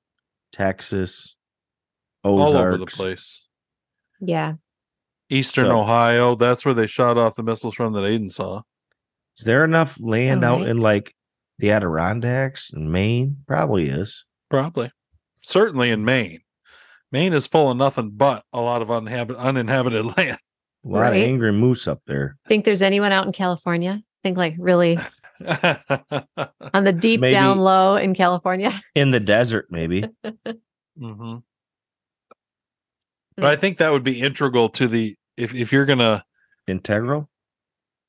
C: Texas,
A: all
C: Ozarks.
A: over the place
B: Yeah.
A: eastern
C: So-
A: ohio that's where they shot off the missiles from that aiden saw
C: Is there enough land
B: All
C: out
B: right.
C: in like the Adirondacks and Maine? Probably is.
A: probably certainly in maine maine is full of nothing but a lot of uninhabited, uninhabited land
C: A lot
B: Right.
C: of angry moose up there.
B: Think there's anyone out in California? Think like really on the deep
C: Maybe-
B: down low in California.
C: In the desert, maybe.
A: hmm
C: Mm-hmm.
A: But I think that would be integral to the if if you're gonna
C: Integral.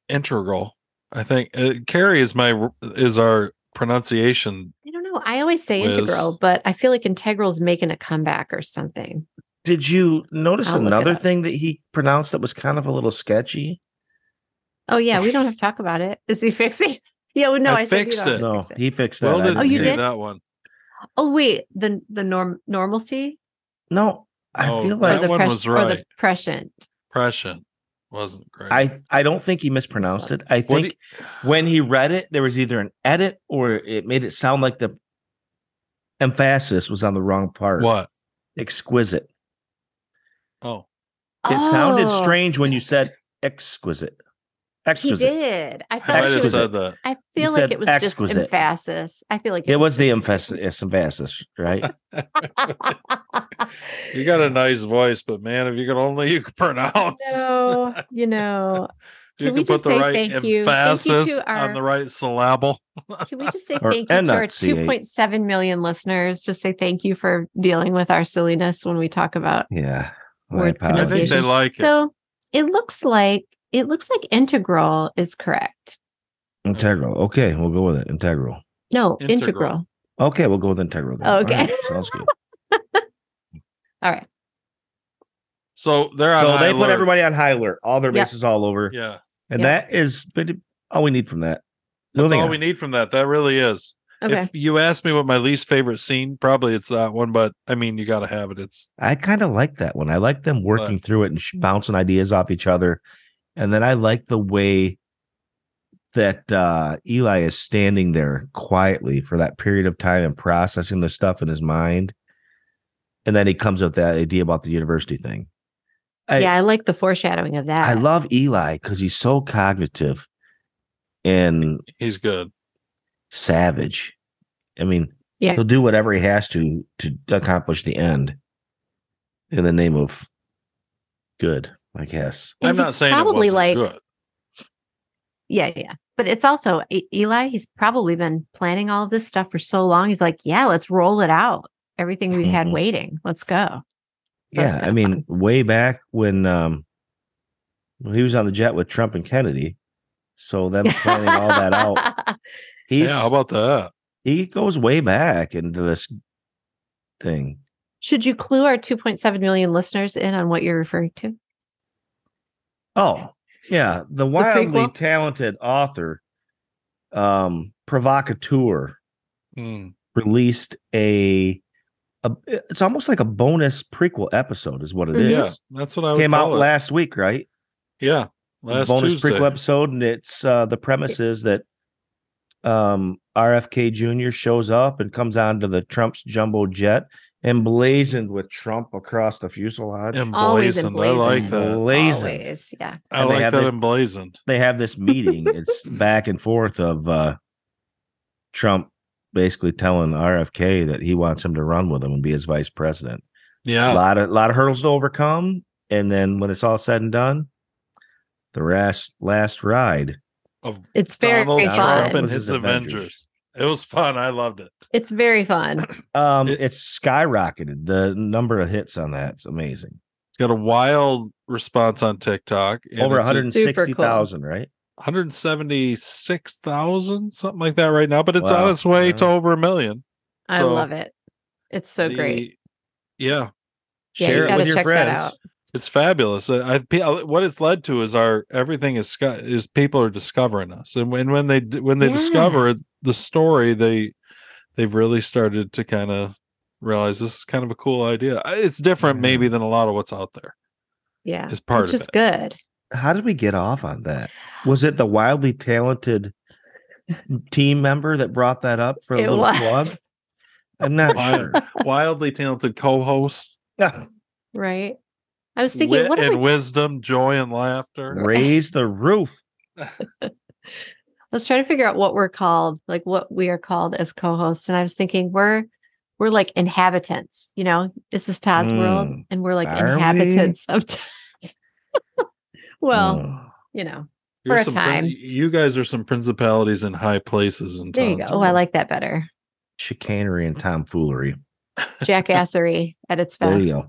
A: integral. I think uh, Carrie is my is our pronunciation.
B: I don't know. I always say
A: Liz.
B: integral, but I feel like integral's making a comeback or something.
C: Did you notice
B: I'll look it
C: another
B: up.
C: thing that he pronounced that was kind of a little sketchy?
B: Oh yeah, we don't have to talk about it. Is he fixing? Yeah, well, no,
A: I
B: I, said you
A: fixed
B: don't have
A: it.
B: to
C: No,
B: fix
C: he fixed that.
A: Well,
C: I
A: didn't
B: Oh, you
A: see
B: did?
A: that one.
B: Oh wait, the the norm normalcy
C: No, I
A: Oh,
C: feel
B: or
A: That
C: like
B: the
A: one
B: pres-
A: was
B: or the
A: right.
B: prescient.
A: Prescient wasn't great.
C: I. I don't think he mispronounced it. I
A: What do
C: think when he read it, there was either an edit or it made it sound like the emphasis was on the wrong
A: you-
C: part.
A: what?
C: Exquisite.
A: Oh,
C: It sounded
B: Oh,
C: strange when you said exquisite.
B: He
C: Exquisite.
B: did. I
A: I
B: felt
A: might
B: like it
A: have
B: was.
A: said that.
B: I
C: You
B: feel like
C: said
B: it was just
C: exquisite.
B: emphasis. I feel like
C: It was the
B: emphasis.
C: emphasis, emphasis, right?
A: You got a nice voice, but man, if you could only you could pronounce,
B: No, you know,
A: you
B: can we
A: could put
B: just
A: the
B: say
A: right
B: thank you? Thank you to
A: emphasis
B: our-
A: on the right syllable.
B: can we just say
C: Or
B: thank you to our
C: enunciate.
B: 2.7 million listeners? Just say thank you for dealing with our silliness when we talk about
C: yeah. My
B: word
A: I think
C: apologies.
A: they
B: pronunciation.
A: like it.
B: So it looks like it looks like integral is correct.
C: integral. Okay, we'll go with it. Integral.
B: No,
A: Integral.
B: integral.
C: Okay, we'll go with integral. then.
B: Oh,
C: All
B: okay.
C: right, sounds good.
B: All right.
A: So they're on
C: so
A: high
C: they put
A: alert.
C: everybody on high alert, all their
B: Yeah.
C: bases all over,
A: Yeah,
C: and
B: Yeah.
C: that is pretty- all we need from that.
A: that's
C: Moving
A: all
C: on.
A: we need from that. That really is.
B: Okay.
A: If you ask me what my least favorite scene, probably it's that one, but I mean, you got to have it. It's
C: I kind of like that one. I like them working through it and sh- bouncing ideas off each other, and then I like the way that uh, Eli is standing there quietly for that period of time and processing the stuff in his mind, and then he comes up with that idea about the university thing. I-
B: yeah, I like the foreshadowing of that.
C: I love Eli because he's so cognitive and
A: he's good.
C: savage. I mean,
B: Yeah.
C: he'll do whatever he has to to accomplish the end in the name of good, I guess.
B: And
A: I'm not
B: he's
A: saying
B: probably
A: it wasn't
B: like
A: good.
B: Yeah, yeah. But it's also E- Eli, he's probably been planning all of this stuff for so long. He's like, yeah, let's roll it out. Everything we've had
A: Mm-hmm.
C: Mhm.
B: waiting. Let's go. So it's
C: yeah, I
B: kinda
C: mean,
B: fun.
C: way back when um when he was on the jet with Trump and Kennedy, so them planning all that out. He's,
A: yeah, how about that?
C: he goes way back into this thing.
B: Should you clue our 2.7 million listeners in on what you're referring to?
C: Oh, yeah. The wildly
B: prequel?
C: talented author um provocateur
A: Mm.
C: released a, a it's almost like a bonus prequel episode is what it
B: Mhm.
C: is.
A: Mm, Yeah, that's what I would
C: Came out
A: call it.
C: last week, right?
A: Yeah, last
C: bonus
A: Tuesday.
C: prequel episode, and it's uh, the premise is that um, RFK Jr. shows up and comes onto the Trump's jumbo jet, emblazoned with Trump across the fuselage.
B: Always
A: Emblazoned. I like
B: emblazoned.
A: that.
C: Emblazoned.
B: Always, yeah.
A: I
C: And they
A: like
C: have
A: that
C: this-
A: emblazoned.
C: They have this meeting. it's back and forth of uh, Trump basically telling RFK that he wants him to run with him and be his vice president. a
A: Yeah.
C: lot of lot of hurdles to overcome and then when it's all said and done the last last ride
A: Of
B: It's very
A: Donald
B: fun.
A: Trump and
C: Versus
A: his
C: Avengers.
A: Avengers. It was fun. I loved it.
B: It's very fun.
C: um
A: It-
C: it's skyrocketed the number of hits on that it's amazing
A: It's got a wild response on TikTok. and
C: over
A: it's just
B: Super cool.
C: 160,000 right
A: 176,000, something like that right now, but it's
C: Wow.
A: on its way to
C: Yeah.
A: over a million.
B: I
A: So,
B: love it. It's so
A: The-
B: great.
A: Yeah,
B: Yeah,
C: share
B: you
C: it
B: gotta
C: with your
B: check that
C: friends
B: out.
A: it's fabulous. I, I pe- uh, what it's led to is our everything is sco- is people are discovering us, and when when they d- when they
B: Yeah.
A: discover the story, they they've really started to kind of realize this is kind of a cool idea. I- It's different
C: Yeah.
A: maybe than a lot of what's out there.
B: Yeah.
A: Is part
B: It's
A: of
B: just
A: it.
B: good.
C: how did we get off on that was it the wildly talented team member that brought that up for a
B: It
C: little
B: was.
C: plug i'm not
A: Why-
C: sure
A: Wildly talented co-host,
B: Right. I was thinking,
A: wit
B: what do
A: and
B: we
A: wisdom, joy and laughter.
C: raise the roof
B: I was trying to figure out what we're called, like what we are called as co-hosts. And I was thinking we're we're like inhabitants, you know, this is Todd's world,
C: Mm.
B: and we're like
C: Are we?
B: inhabitants of Todd's. well,
C: Mm.
B: you know,
A: You're
B: for a
A: some
B: time.
A: you guys are some principalities in high places. And
B: there you go. Oh, I like that better.
C: chicanery and tomfoolery
B: Jackassery at its
C: There
B: best.
C: you go.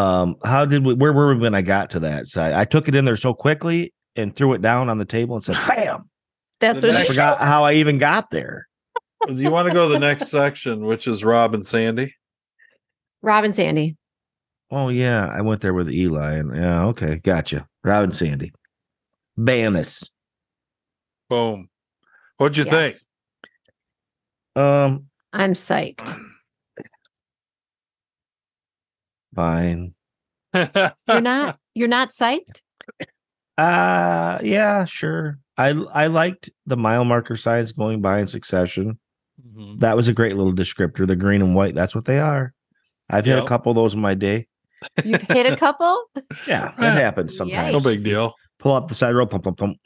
C: Um, how did we? Where were we when I got to that side? I took it in there so quickly and threw it down on the table and said, "Bam!"
B: That's
A: The
B: what
C: I
B: she
A: next-
C: forgot how I even got there.
A: Do you want to go to the next section, which is Rob and Sandy?
B: Rob and Sandy.
C: Oh yeah, I went there with Eli, and yeah, okay, gotcha. Robin Sandy, Banis.
A: Boom. What'd you
B: Yes.
A: think?
C: Um,
B: I'm psyched.
C: fine.
B: You're not you're not psyched?
C: Uh yeah, sure. I I liked the mile marker signs going by in succession.
A: Mhm.
C: That was a great little descriptor. The green and white, that's what they are. I've hit
A: Yep.
C: a couple of those in my day.
B: You've hit a couple?
C: Yeah, it happens sometimes.
A: No big deal.
C: Pull up the side road, pump, pump, pump.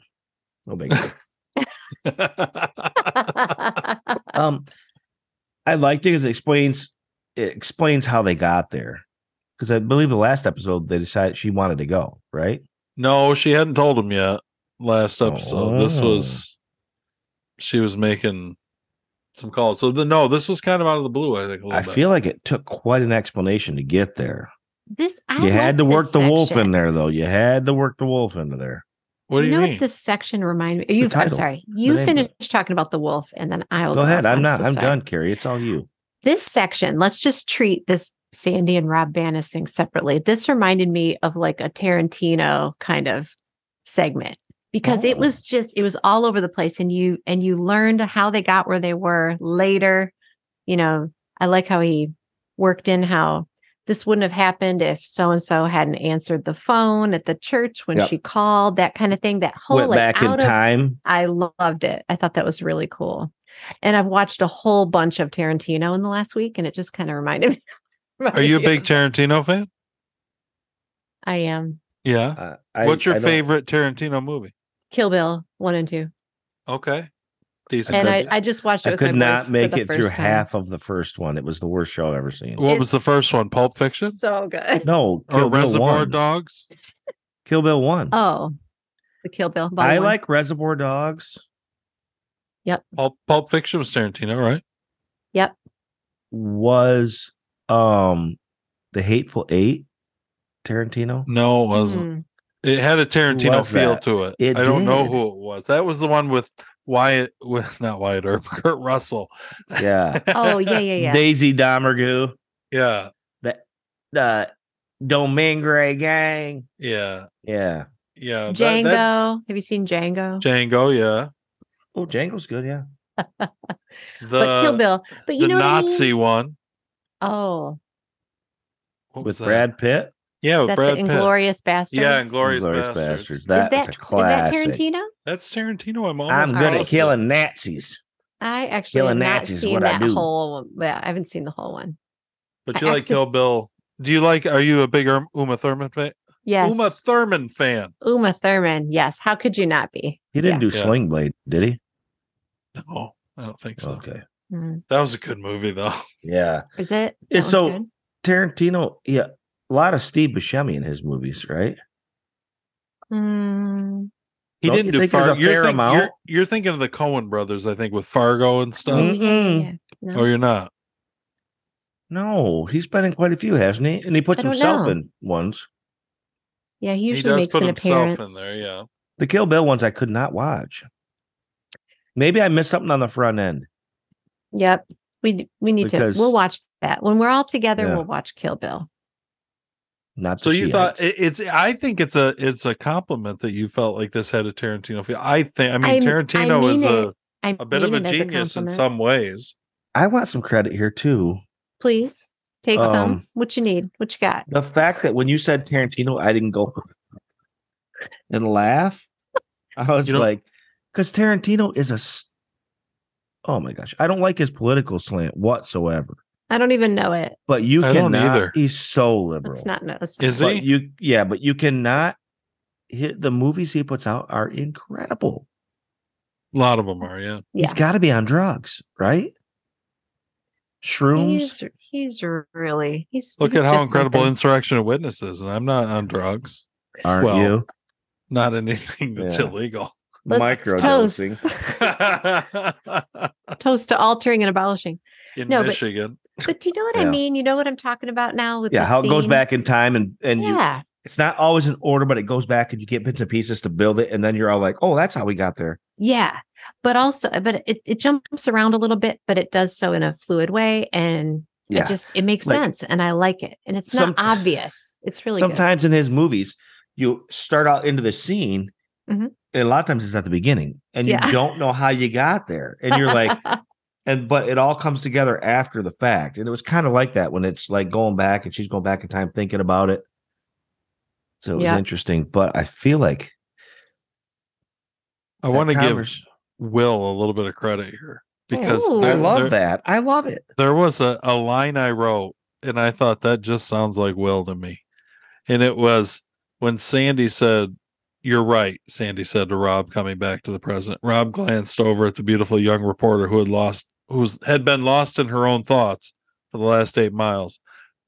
C: No big deal. um, I liked it because it explains it explains how they got there. Because I believe the last episode they decided she wanted to go, right?
A: no, she hadn't told him yet last episode. This
C: Oh.
A: was she was making some calls. So the no, this was kind of out of the blue, I think, a little
C: I
A: bit.
C: feel like it took quite an explanation to get there.
B: this I
C: you
B: like
C: had to
B: this
C: work the wolf
B: section.
C: in there, though. You had to work the wolf into there.
A: what do you,
B: know
A: mean?
B: what this section remind me? You, I'm
C: title,
B: sorry. You
C: name of it.
B: finished talking about the wolf, and then I'll
C: Go ahead.
B: off.
C: I'm, not.
B: Oh, so
C: I'm
B: sorry.
C: done, Carrie. It's all you.
B: This section. Let's just treat this Sandy and Rob Banis thing separately. This reminded me of like a Tarantino kind of segment because it
C: Oh.
B: was just it was all over the place, and you and you learned how they got where they were later. You know, I like how he worked in how. This wouldn't have happened if so and so hadn't answered the phone at the church when
C: Yep.
B: she called, that kind of thing. That whole
C: Went
B: like
C: back in
B: out of
C: time.
B: I loved it. I thought that was really cool. And I've watched a whole bunch of Tarantino in the last week, and it just kind of reminded me.
A: Are
B: reminded
A: you a
B: me
A: big
B: of-
A: Tarantino fan?
B: I am.
A: Yeah.
C: Uh, I-
A: What's your
C: I don't-
A: favorite Tarantino movie?
B: Kill Bill one and two,
A: Okay. Decent.
B: and I,
A: movie.
B: I just watched it.
C: I
B: with
C: could
B: my boys
C: not
B: for
C: make
B: the
C: it through
B: first time.
C: half of the first one. It was the worst show I've ever seen.
A: what
B: it's-
A: was the first one? Pulp Fiction?
B: So good.
C: No,
A: Or
C: Kill Bill
A: Reservoir
C: one.
A: Dogs?
C: Kill Bill one.
B: Oh, the Kill Bill. Volume
C: I
B: one.
C: like Reservoir Dogs.
A: Pulp, Pulp Fiction was Tarantino, right?
B: Yep.
C: Was um the Hateful Eight Tarantino?
A: No, it wasn't.
B: Mm.
A: It had a Tarantino
C: was
A: feel
C: that?
A: to it.
C: It
A: I don't know
C: did.
A: who it was. That was the one with Wyatt, with not Wyatt Earp, Kurt Russell.
C: Yeah.
B: Oh yeah, yeah, yeah.
C: Daisy Domergue,
A: yeah,
C: the the Domingre gang.
A: yeah,
C: Yeah.
A: yeah. That-
B: Django.
A: that-
B: Have you seen Django?
A: Django, yeah.
C: Oh, Django's good. Yeah.
A: The,
B: but Kill Bill. But you
A: uh, the
B: know what I
A: Nazi
B: mean?
A: one.
B: Oh,
A: What was
C: With
A: that?
C: Brad Pitt.
A: Yeah, with
B: is that
A: Oh, Brad
B: the
A: Pitt.
B: Inglorious Bastards?
A: Yeah,
B: is
A: Inglorious
C: Inglourious
A: Bastards.
C: Bastards. That is
B: that
C: a
B: is that
C: classic.
B: Tarantino?
A: That's Tarantino. I'm
C: I'm
A: almost
B: All
C: good
B: right.
C: at
A: positive.
C: killing Nazis.
B: I actually have
C: Killing
B: not
C: Nazis is
B: seen
C: what I
B: that
C: do.
B: whole. Well, I haven't seen the whole one.
A: But
B: I
A: you like
B: acci-
A: Kill Bill. Do you like? Are you a big Irm- Uma Thurman fan?
B: Yes,
A: Uma
B: Uma,
A: Thurman fan.
B: Thurman. Yes, how could you not be?
C: He didn't
B: Yeah.
C: do
A: Yeah.
C: Sling Blade, did he?
A: No, I don't think so.
C: Okay.
B: Mm.
A: That was a good movie though.
C: Yeah.
B: Is it? That
C: It's
B: one's
C: so-
B: good?
C: Tarantino. Yeah. A lot of Steve Buscemi in his movies, right?
B: Mm,
A: He
C: Don't
A: didn't
C: you
A: do
C: think there's
A: Fargo.
C: a
A: You're,
C: fair
A: think- you're,
C: amount?
A: you're thinking of the Cohen brothers, I think, with Fargo and
B: oh, yeah,
A: stuff.
C: Mhm.
B: yeah,
C: Mm-mm.
B: yeah. No.
A: Or you're not.
C: No, he's been in quite a few, hasn't he? And he puts
B: I don't
C: himself
B: know.
C: in ones.
B: Yeah, he
A: He
B: usually
A: does
B: makes
A: put
B: an
A: himself
B: appearance.
A: in there. Yeah.
C: The Kill Bill ones I could not watch. Maybe I missed something on the front end.
B: Yep. We d- we need
C: Because-
B: to. We'll watch that when we're all together.
C: Yeah.
B: We'll watch Kill Bill.
C: Not
A: So
C: the
A: you thought
C: Shiites.
A: it, it's? I think it's a it's a compliment that you felt like this had a Tarantino feel. I think. I mean,
B: I'm- I
A: Tarantino is
B: mean
A: a,
B: I
A: a bit
B: mean
A: of a
B: it as
A: genius in
B: compliment.
A: some ways.
C: I want some credit here too.
B: Please take
C: Um,
B: some. What you need? What you got?
C: The fact that when you said Tarantino, I didn't go and laugh. I was
A: You don't-
C: like, because Tarantino is a. s- Oh my gosh, I don't like his political slant whatsoever.
B: I don't even know it.
C: But you
A: I don't
C: cannot.
A: either.
C: He's so liberal.
B: Let's not know. Let's not
A: Is
B: know.
A: it?
C: But you, yeah, but you cannot. Hit the movies he puts out are incredible.
A: A lot of them are. Yeah.
C: He's
B: Yeah.
C: got to be on drugs, right? Shrooms.
B: He's he's really he's
A: Look
B: he's
A: at how
B: just
A: incredible
B: something.
A: Insurrection of Witnesses, and I'm not on drugs,
C: aren't
A: Well,
C: you?
A: not anything that's
C: Yeah.
A: illegal.
B: Let's
C: Microdosing.
B: toast to altering and abolishing.
A: in
B: No, but-
A: Michigan,
B: But do you know what
C: Yeah.
B: I mean? You know what I'm talking about now with
C: Yeah,
B: the
C: how it goes
B: scene?
C: back in time and and you
B: Yeah,
C: it's not always in order, but it goes back and you get bits and pieces to build it, and then you're all like, Oh, that's how we got there.
B: yeah. But also, uh, but it, it jumps around a little bit, but it does so in a fluid way, and
C: Yeah.
B: it just it makes
C: Like-
B: sense, and I like it, and it's
C: Some-
B: not obvious. It's really good.
C: Sometimes in his movies, you start out into the scene,
B: Mhm.
C: and a lot of times it's at the beginning, and
B: Yeah.
C: you don't know how you got there. And you're like, and but it all comes together after the fact. And it was kind of like that when it's like going back and she's going back in time thinking about it. So it was
B: Yeah.
C: interesting. But I feel like
A: I want to give Will a little bit of credit here because
B: Ooh.
C: I
A: there-
C: love
A: there-
C: that. I love it.
A: There was a, a line I wrote, and I thought that just sounds like Will to me. And it was when Sandy said, You're right, Sandy said to Rob coming back to the present. Rob glanced over at the beautiful young reporter who had lost who was, had been lost in her own thoughts for the last eight miles.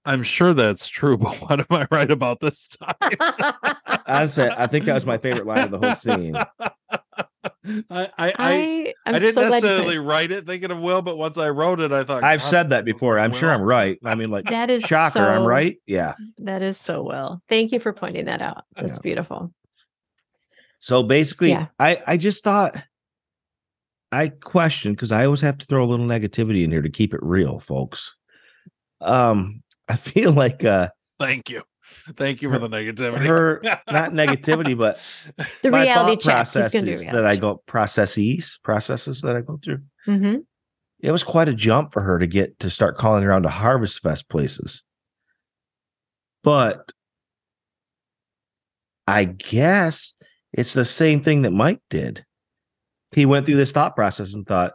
A: I'm sure that's true, but what am I right about this time?
C: Honestly, I think that was my favorite line of the whole scene.
A: I, I, I
B: I
A: I
B: I'm
A: didn't
B: so glad you put it.
A: necessarily write it thinking of Will, but once I wrote it, I thought
C: I've
A: "God,
C: said that
A: was
C: before. I'm sure
A: Will."
C: I'm right. I mean, like
B: That is
C: shocker, I'm
B: so-
C: right. Yeah.
B: That is so well. Thank you for pointing that out. That's
C: Yeah.
B: beautiful.
C: So basically,
B: Yeah.
C: I I just thought I questioned because I always have to throw a little negativity in here to keep it real, folks. Um, I feel like uh
A: Thank you. Thank you for the negativity.
C: her not negativity, but
B: The
C: my
B: reality
C: thought
B: check. He's gonna do
C: processes that I go processes processes that I go through.
B: hmm
C: It was quite a jump for her to get to start calling around to Harvest Fest places, but I guess it's the same thing that Mike did. He went through this thought process and thought,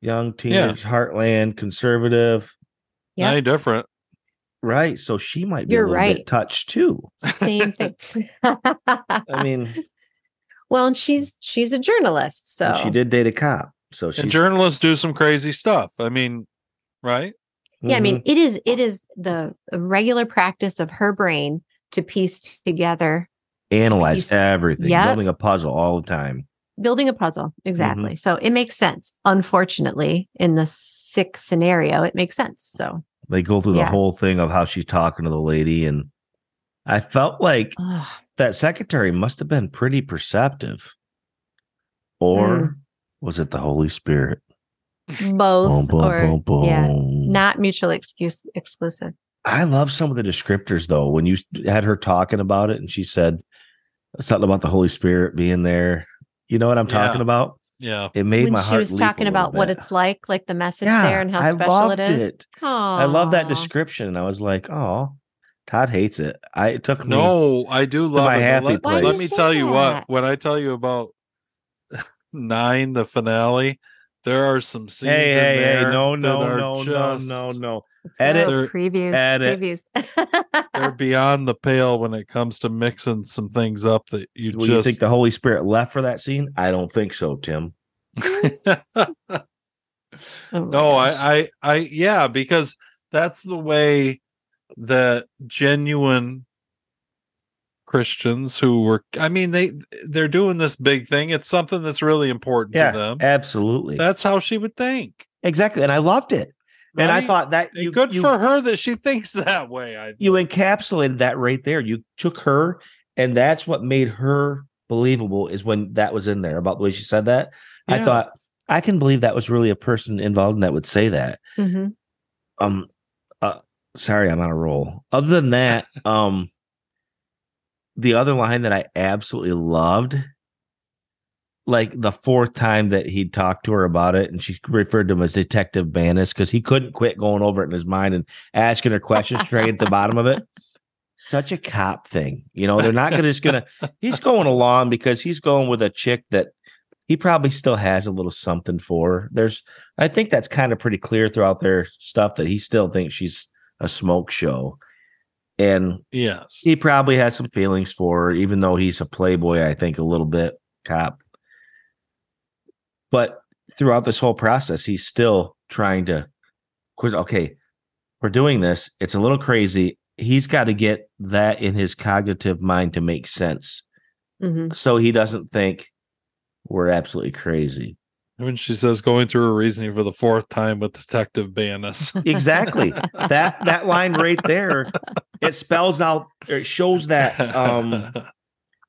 C: "Young teenage heartland, conservative,
B: Yeah.
A: Any different.
C: right?" So she might be
B: You're
C: a little
B: right.
C: bit touched too.
B: Mm-hmm. Same thing.
C: I
B: Uh,
C: mean,
B: well, and she's she's a journalist, so
C: and she did date a cop, so
A: And
C: she's
A: journalists do some crazy stuff. I mean, right?
B: Yeah, I mean,
C: Mhm.
B: it is it is the regular practice of her brain to piece together
C: analyze
B: piece.
C: everything,
B: Yeah.
C: building a puzzle all the time.
B: building a puzzle.
C: Mm-hmm.
B: Exactly. So it makes sense. Unfortunately, in the sick scenario, it makes sense. So
C: They go through the
B: Yeah.
C: whole thing of how she's talking to the lady, and I felt like
B: ugh,
C: that secretary must have been pretty perceptive. Or
B: Hmm.
C: was it the Holy Spirit?
B: both or yeah,
C: boom.
B: not mutually excuse exclusive.
C: I love some of the descriptors though. When you had her talking about it and she said something about the Holy Spirit being there. You know what I'm
A: Yeah.
C: talking about?
A: Yeah.
C: It made
B: when
C: my
B: she
C: heart.
B: was
C: leap a
B: talking
C: little
B: about what
C: bit.
B: it's like, like the message
C: Yeah,
B: there and how
C: I
B: special it
C: loved
B: is.
C: it. I love that description. And I was like, oh, Todd hates it. I it took me.
A: No, I do love
C: my
A: it. but
C: happy
A: let,
C: place.
A: let me
B: Why'd you
A: tell
B: say
A: you
B: that?
A: what, when I tell you about nine, the finale, there are some scenes.
C: Hey,
A: in
C: hey, hey!
A: there
C: No,
A: that
C: no,
A: are
C: no, no,
A: just-
C: no, no!
B: Edit
C: Edit.
B: previews.
C: Edit.
A: They're
B: Previews.
A: beyond the pale when it comes to mixing some things up that you
C: Well, you
A: just
C: think the Holy Spirit left for that scene? I don't think so, Tim.
B: Oh my
A: no
B: gosh.
A: I, I i yeah because that's the way that genuine christians who were i mean they they're doing this big thing it's something that's really important
C: Yeah,
A: to them
C: absolutely,
A: that's how she would think
C: exactly. And I loved it. And I
A: right?
C: thought that
A: And
C: you
A: good
C: you,
A: for her that she thinks that way i
C: you encapsulated that right there. You took her, and that's what made her believable is when that was in there about the way she said that. I
A: Yeah.
C: thought I can believe that was really a person involved in that would say that.
B: Mhm.
C: Um, uh, sorry, I'm on a roll. Other than that, um, the other line that I absolutely loved, like the fourth time that he talked to her about it, and she referred to him as Detective Banis because he couldn't quit going over it in his mind and asking her questions straight at the bottom of it. Such a cop thing, you know. They're not gonna just gonna. He's going along because he's going with a chick that he probably still has a little something for. There's I think that's kind of pretty clear throughout their stuff that he still thinks she's a smoke show. And
A: yes
C: he probably has some feelings for her, even though he's a playboy, I think, a little bit cop. But throughout this whole process, he's still trying to quit. Okay, we're doing this. It's a little crazy. He's got to get that in his cognitive mind to make sense.
B: Mhm.
C: So he doesn't think we're absolutely crazy.
A: when she says going through her reasoning for the fourth time with detective banis
C: Exactly. that that line right there it spells out or it shows that um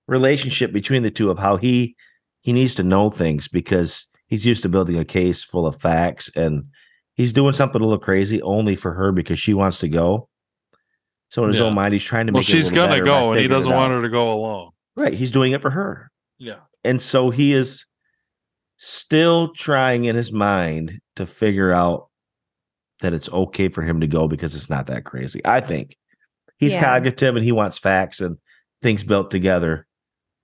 C: relationship between the two of how he he needs to know things because he's used to building a case full of facts and he's doing something a little crazy only for her because she wants to go so in his
A: Yeah.
C: own mind he's trying to make
A: well
C: it a
A: she's
C: little
A: gonna
C: better by
A: go and he
C: figuring it
A: doesn't want
C: out.
A: her to go alone
C: right he's doing it for her
A: yeah
C: and so he is still trying in his mind to figure out that it's okay for him to go because it's not that crazy. I think he's
B: Yeah.
C: cognitive and he wants facts and things built together.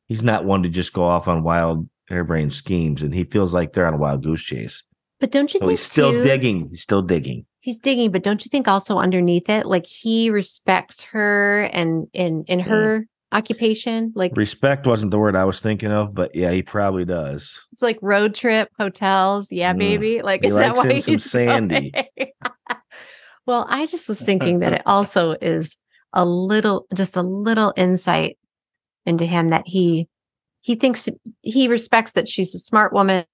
C: He's not one to just go off on wild harebrained schemes, and he feels like they're on a wild goose chase.
B: But don't you
C: So
B: think
C: he's Oh, still
B: too-
C: digging. He's still digging.
B: he's digging but don't you think also underneath it like he respects her and in in her occupation like
C: Respect wasn't the word I was thinking of, but yeah, he probably does.
B: it's like road trip hotels yeah
C: Mm.
B: baby like
C: He
B: is that
C: likes
B: why
C: him some
B: he's
C: Sandy.
B: going? well i just was thinking that it also is a little just a little insight into him that he he thinks he respects that she's a smart woman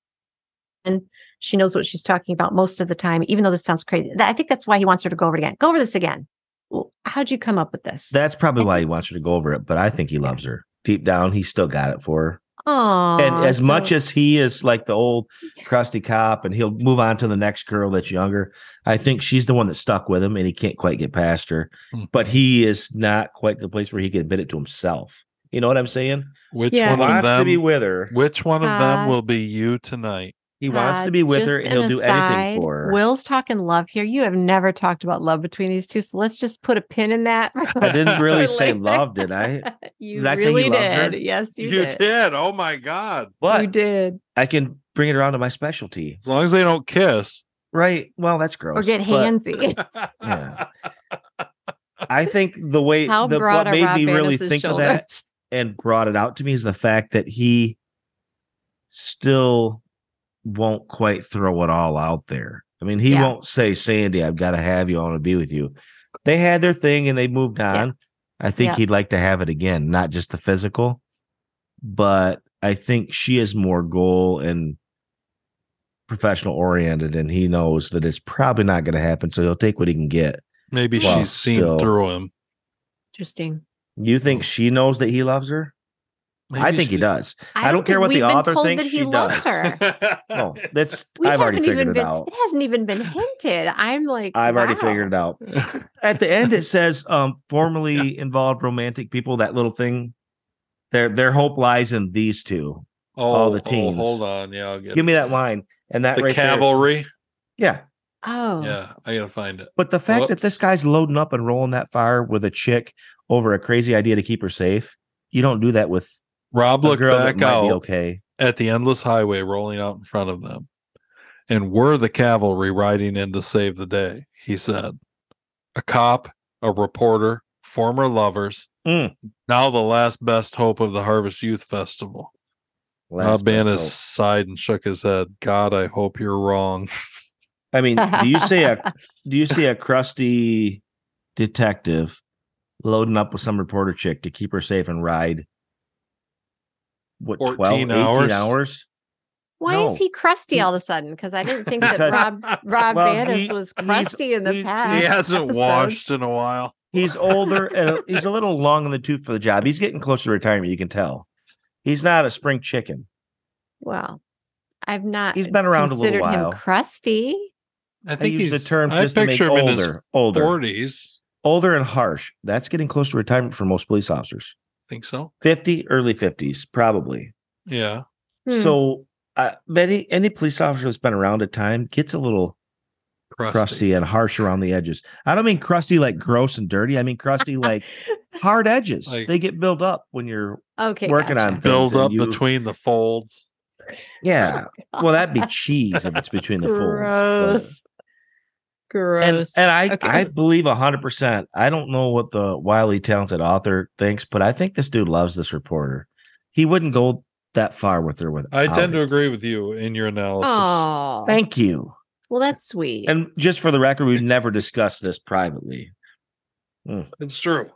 B: and she knows what she's talking about most of the time even though this sounds crazy That- i think that's why he wants her to go over it again go over this again well, how'd you come up with this
C: That's probably why he wants her to go over it, but I think he loves her. Deep down, he still got it for her.
B: oh
C: and as much as he is like the old crusty cop and he'll move on to the next girl that's younger i think she's the one that stuck with him and he can't quite get past her
A: Hmm.
C: but he is not quite the place where he can admit it to himself you know what i'm saying
A: which
B: Yeah.
A: one of
C: wants to
A: them
C: be with her
A: Which one of
B: Todd.
A: them will be you tonight?
C: he wants
B: Uh,
C: to be with her and he'll do anything for her
B: Will's talking love here. You have never talked about love between these two, so let's just put a pin in that.
C: i didn't really
B: for
C: say
B: later.
C: love did i
B: you
C: Did I say he
B: really
C: loves her?
B: did. Yes, you, did.
A: Oh my god.
C: but
B: You did.
C: i can bring it around to my specialty
A: As long as they don't kiss.
C: right well that's gross
B: Or get
C: but
B: handsy.
C: Yeah. i think the way
B: How
C: the,
B: broad
C: what
B: are
C: made
B: Rob
C: me really
B: Vanis's
C: think of
B: shoulders?
C: that and brought it out to me is the fact that he still won't quite throw it all out there. I mean, he
B: Yeah.
C: won't say, Sandy, I've got to have you. I want to be with you. They had their thing and they moved on. I think
B: Yeah.
C: he'd like to have it again, not just the physical, but I think she is more goal and professional oriented. And he knows that it's probably not going to happen. So he'll take what he can get.
A: Maybe
C: Well,
A: she's seen
C: still.
A: through him.
B: Interesting.
C: You think
A: Oh.
C: she knows that he loves her? I
A: Maybe
C: think he
A: she-
C: does. I don't care
B: think
C: what the
B: we've been
C: author
B: told
C: thinks,
B: that he
C: she
B: loves
C: does.
B: her.
C: No, Oh, that's
B: We
C: I've already
B: haven't even
C: figured it
B: been,
C: out.
B: It hasn't even been hinted. I'm like,
C: I've already
B: wow.
C: figured it out. At the end, it says um formerly involved romantic people. That little thing. Their their hope lies in these two. all the
A: oh,
C: teams.
A: hold on, yeah, I'll get
C: Give
A: it.
C: me that line and that
A: The
C: right there is-
A: cavalry.
C: yeah,
B: Oh,
A: Yeah, I gotta find it.
C: but the fact that this
A: Whoops.
C: guy's loading up and rolling that fire with a chick over a crazy idea to keep her safe, you don't do that with
A: Rob
C: a
A: looked
C: girl that
A: back
C: might be
A: out
C: okay.
A: at the endless highway rolling out in front of them, and were the cavalry riding in to save the day. He said, "A cop, a reporter, former lovers,
C: Mm.
A: now the last best hope of the Harvest Youth Festival." Rob
C: Last best
A: Bannis
C: hope.
A: sighed and shook his head. God, I hope you're wrong.
C: I mean, do you see a do you see a crusty detective loading up with some reporter chick to keep her safe and ride what 12
A: 14
C: 18
A: hours?
C: hours,
B: Why
C: No.
B: is he crusty all of a sudden? Because I didn't think that
C: Because-
B: Rob Rob
C: Well,
B: Vanis
C: he-
B: was
C: he's-
B: crusty in the
C: he- he
A: he
B: past.
A: hasn't
B: episodes.
A: washed in a while.
C: he's older and he's a little long in the tooth for the job he's getting close to retirement you can tell he's not a spring chicken
B: Well, I've not.
C: he's been around a little
B: considered
C: while
B: him crusty.
A: I
C: i,
A: think
C: use the
A: he's
C: term
A: I
C: just to make
A: picture him in his
C: older older
A: forties.
C: older and harsh that's getting close to retirement for most police officers
A: Think so?
C: 50 early 50s probably
A: Yeah.
B: Hmm.
C: So uh, any any police officer that's been around a time gets a little
A: Crusty.
C: crusty and harsh around the edges. I don't mean crusty like gross and dirty. I mean crusty like hard edges.
A: Like-
C: they get built up when you're
B: okay,
C: working
B: gotcha.
C: on-
A: Build
C: Things
A: up
C: and you-
A: between the folds.
C: yeah. Well, that'd be cheese if it's between the folds. but-
B: Gross.
C: And,
B: Gross.
C: and I
B: Okay.
C: I believe hundred percent. I don't know what the wily talented author thinks, but I think this dude loves this reporter. He wouldn't go that far with her. With
A: I tend to agree with you in your analysis.
B: oh,
C: Thank you.
B: well, that's sweet.
C: And just for the record, we've never discussed this privately.
A: It's true.
C: All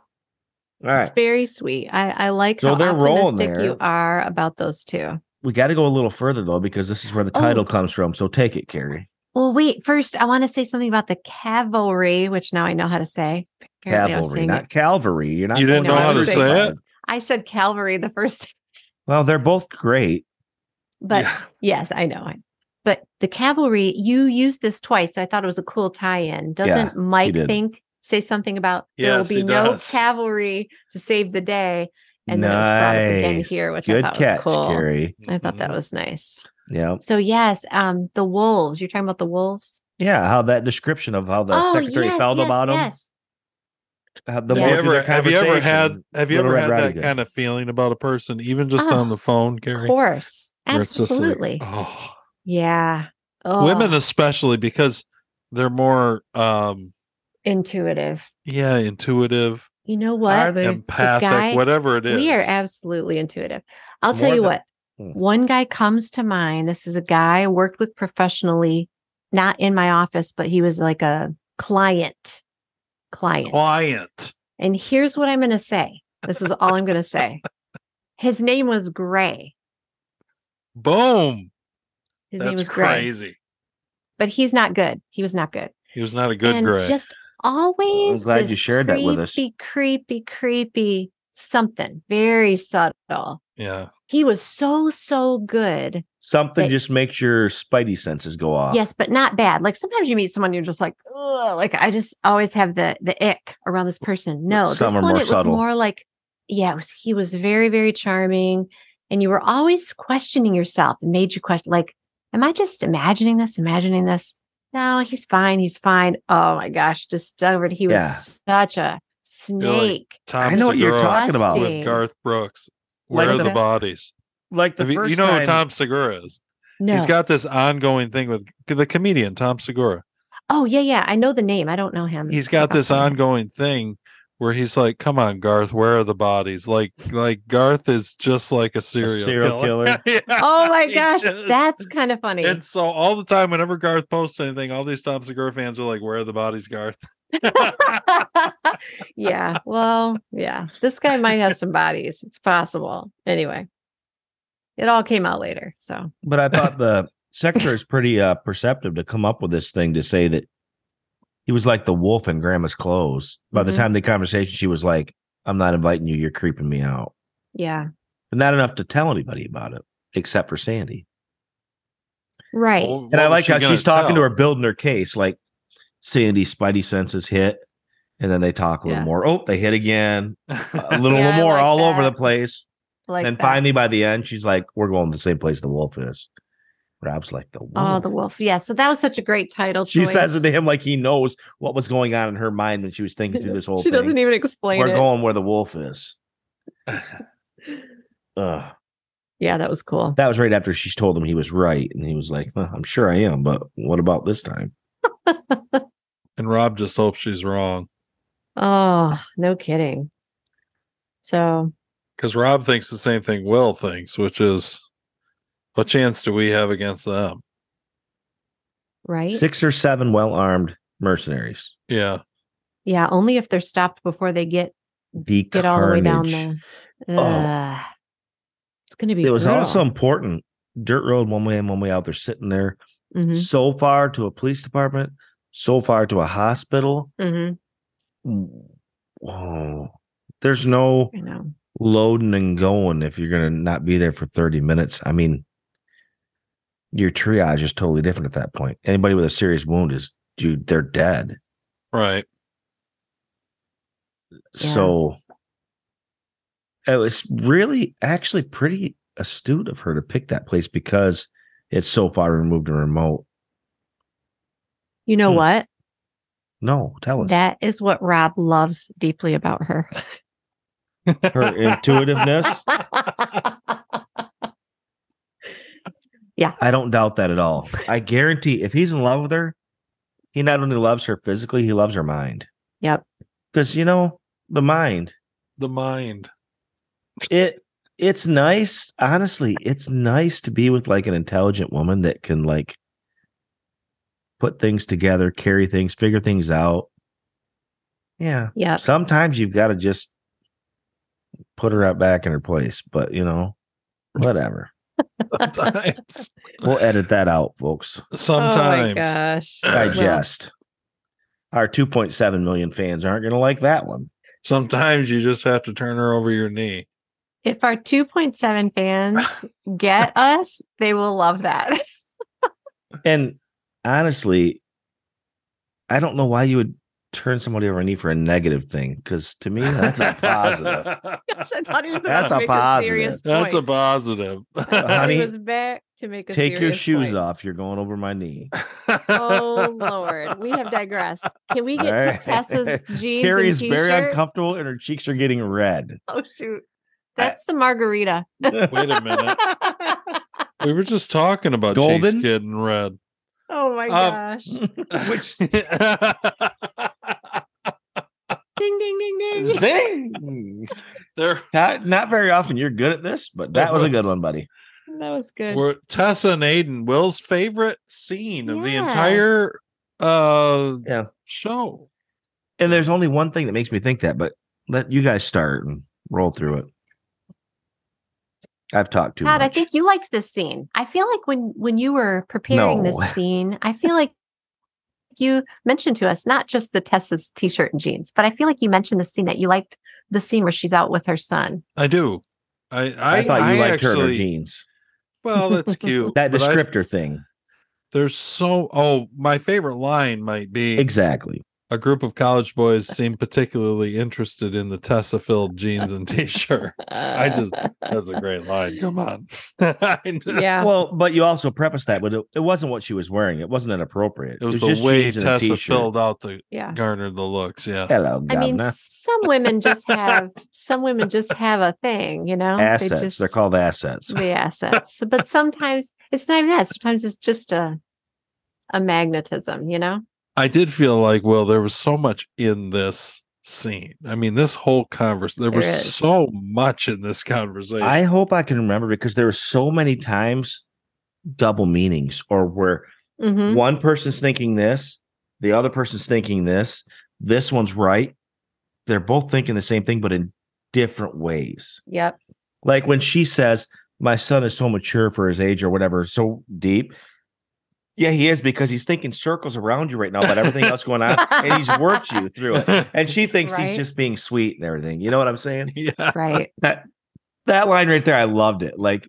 C: right.
B: It's very sweet. I, I like
C: So
B: how
C: they're rolling
B: optimistic you
C: there.
B: are about those two.
C: we got to go a little further though because this is where the
B: Oh.
C: title comes from. So take it, Carrie.
B: Well, wait. First, I want to say something about the cavalry, which now I know how to say. Apparently, I was
C: Cavalry,
B: saying
C: not
B: it.
C: Calvary. You're not.
A: You didn't
B: know how to say
A: it?
B: I said cavalry the first,
C: Well, they're both great.
B: but
A: Yeah.
B: yes, I know. I- But the cavalry, you used this twice. I thought it was a cool tie-in. Doesn't Mike
C: did.
B: think say something about there will
A: Yes, he
B: be no
A: does.
B: cavalry to save the day? And then it was brought up again
C: nice.
B: here, which I
C: Good
B: thought was
C: catch,
B: cool.
C: Carrie.
B: I thought that
A: Mhm.
B: was nice.
C: Yeah,
B: So yes, um, the wolves. You're talking about the wolves.
C: yeah. How that description of how the
B: Oh,
C: secretary felt about him. how the
A: Have
B: Yeah.
A: you,
C: more
A: ever,
C: through their
A: have you ever had
C: conversation.
A: have you
C: Little
A: ever
C: Red
A: had
C: Riding
A: that
C: Hood.
A: kind of feeling about a person, even just
B: Ah,
A: on the phone, Gary?
B: Of course.
A: Where it's just like,
B: Absolutely.
A: oh.
B: yeah. Oh,
A: Women especially because they're more um
B: intuitive.
A: yeah, intuitive,
B: You know what?
C: Are they?
A: empathic,
B: guy-
A: whatever it is.
B: We are absolutely intuitive. I'll
C: More
B: tell you
C: than-
B: what.
C: Hmm.
B: One guy comes to mind. This is a guy I worked with professionally, not in my office, but he was like a client. Client.
A: Client.
B: And here's what I'm going to say. This is all I'm going to say. His name was Gray.
A: Boom.
B: His
A: That's
B: name was Gray.
A: crazy.
B: But he's not good. He was not good.
A: He was not a good
B: and
A: gray.
B: just always.
C: I'm glad you
B: this
C: shared that with us.
B: Creepy, creepy, creepy. Something very subtle.
A: yeah.
B: He was so so good.
C: Something
B: They-
C: just makes your spidey senses go off.
B: Yes, but not bad. Like sometimes you meet someone, you're just like, Ugh, like I just always have the the ick around this person. No,
C: some
B: this
C: are
B: one
C: more
B: it
C: subtle.
B: was more like, yeah, it was, he was very very charming, and you were always questioning yourself and made you question like, am I just imagining this? Imagining this? No, he's fine. He's fine. Oh my gosh, discovered he was
C: Yeah.
B: such a snake.
A: Tom
C: I know what you're
A: Segura
C: talking about.
A: with Garth Brooks.
C: Like
A: Where are
C: the-
A: the bodies?
C: Like the
A: Have you,
C: first
A: you know who
C: time,
A: Tom Segura is?
B: No.
A: He's got this ongoing thing with the comedian Tom Segura.
B: oh yeah, yeah. I know the name. I don't know him.
A: He's got
B: about
A: this
B: him.
A: ongoing thing where he's like, "Come on, Garth, where are the bodies?" Like, like Garth is just like a serial,
C: serial
A: Yeah.
B: Oh my
A: He
B: gosh,
A: just-
B: that's kind of funny.
A: And so all the time, whenever Garth posts anything, all these Tom Segura fans are like, "Where are the bodies, Garth?"
B: yeah. Well, yeah. This guy might have some bodies. It's possible. Anyway, it all came out later. So
C: but I thought the secretary is pretty uh, perceptive to come up with this thing to say that he was like the wolf in grandma's clothes. By the
B: Mhm.
C: time the conversation, she was like, I'm not inviting you. You're creeping me out.
B: yeah,
C: But not enough to tell anybody about it, except for Sandy.
B: right.
A: Well,
C: And I
A: what was
C: like
A: she
C: how
A: gonna
C: she's talking to
A: tell?
C: her, building her case. Like Sandy's spidey senses hit, and then they talk a little
B: Yeah.
C: more. Oh, they hit again, a little
B: Yeah, I
C: more,
B: like
C: all over
B: that.
C: the place.
B: like
C: and
B: that.
C: finally, by the end, she's like, "We're going to the same place the wolf is." Rob's like, "The wolf."
B: Oh, the wolf. Yeah. So that was such a great title.
C: she
B: choice.
C: says it to him like he knows what was going on in her mind when she was thinking through this whole
B: She
C: thing.
B: doesn't even explain
C: We're
B: it.
C: going where the wolf is. uh, Ugh.
B: yeah, that was cool.
C: That was right after she told him he was right, and he was like, well, "I'm sure I am, but what about this time?"
A: And Rob just hopes she's wrong
B: Oh, no kidding. So
A: because Rob thinks the same thing Will thinks, which is what chance do we have against them?
B: right.
C: Six or seven well armed mercenaries.
A: Yeah.
B: Yeah, only if they're stopped before they get
C: The
B: get all the way down
C: carnage.
B: there.
C: Oh.
B: Ugh. It's gonna be.
C: It was
B: brutal.
C: also important. Dirt road, one way in, one way out. They're sitting there
B: Mhm,
C: so far to a police department, so far to a hospital.
B: mhm.
C: Whoa. There's no
B: I know.
C: loading and going if you're going to not be there for 30 minutes. I mean, your triage is totally different at that point. Anybody with a serious wound is, dude, they're dead.
A: Right.
B: Yeah.
C: So it was really actually pretty astute of her to pick that place because it's so far removed and remote.
B: You know
A: Hmm.
B: what?
C: No, tell us.
B: That is what Rob loves deeply about her.
C: her intuitiveness. I don't doubt that at all. I guarantee if he's in love with her, he not only loves her physically, he loves her mind.
B: Yep.
C: Because you know, the mind,
A: The mind.
C: it it's nice. Honestly, it's nice to be with like an intelligent woman that can like put things together, carry things, figure things out. Yeah.
B: Yep.
C: Sometimes you've got to just put her out back in her place, but you know, whatever.
A: Sometimes.
C: We'll edit that out, folks.
B: Oh my
A: Sometimes.
B: gosh.
C: digest. Our 2.7 million fans aren't going to like that one.
A: Sometimes you just have to turn her over your knee.
B: If our 2.7 fans get us, they will love that.
C: And honestly, I don't know why you would turn somebody over a knee for a negative thing because to me, that's a positive.
B: Gosh, I thought he was about
C: That's
B: to
C: a
B: make
C: positive.
B: a serious
A: That's a
B: point.
A: positive.
B: I thought
C: Honey,
B: he was back to make a
C: Take your
B: serious
C: shoes
B: point.
C: off. You're going over my knee.
B: Oh Lord, we have digressed. Can we
C: All right.
B: get Tessa's jeans?
C: Carrie's
B: and
C: very
B: t-shirt?
C: uncomfortable and her cheeks are getting red.
B: Oh shoot, that's the margarita.
A: Wait a minute. We were just talking about
C: Golden?
A: Golden Kid in Red.
B: oh my gosh!
A: Which
B: Ding ding ding ding.
C: Zing!
A: there
C: Not, not very often you're good at this, but that was a good one, buddy.
B: That was good.
A: were Tessa and Aiden, Will's favorite scene of the
B: Yes.
A: entire uh
C: Yeah.
A: show.
C: And there's only one thing that makes me think that, but let you guys start and roll through it. I've talked too
B: Todd,
C: much.
B: I think you liked this scene. I feel like when when you were preparing
C: No.
B: this scene, I feel like you mentioned to us not just the Tessa's t-shirt and jeans, but I feel like you mentioned the scene that you liked the scene where she's out with her son.
A: I do. I I,
C: I, thought you
A: I
C: liked her in her
A: actually,
C: jeans.
A: Well, that's cute.
C: That
A: but I-
C: descriptor thing.
A: there's so oh, my favorite line might be
C: Exactly.
A: a group of college boys seem particularly interested in the Tessa filled jeans and t shirt. I just- That's a great line. Come on. I just-
B: Yeah.
C: Well, but you also preface that with it, it wasn't what she was wearing. It wasn't inappropriate.
A: It was the way
C: jeans and a
A: Tessa
C: t-shirt.
A: filled out the
B: yeah.
A: garnered the looks. Yeah.
C: Hello,
B: I mean,
C: governor.
B: some women just have some women just have a thing, you know.
C: assets.
B: They just
C: They're called assets.
B: the assets, but sometimes it's not even that. Sometimes it's just a a magnetism, you know.
A: I did feel like, well, there was so much in this scene. I mean, this whole converse, there,
B: There
A: was
B: is.
A: so much in this conversation.
C: I hope I can remember because there were so many times double meanings or where
B: Mm-hmm.
C: one person's thinking this, the other person's thinking this, this one's right. They're both thinking the same thing, but in different ways.
B: Yep.
C: Like when she says, My son is so mature for his age or whatever, so deep. Yeah, he is because he's thinking circles around you right now about everything else going on and he's worked you through it. And she thinks
B: Right.
C: he's just being sweet and everything. You know what I'm saying?
A: yeah.
B: Right.
C: That that line right there, I loved it. Like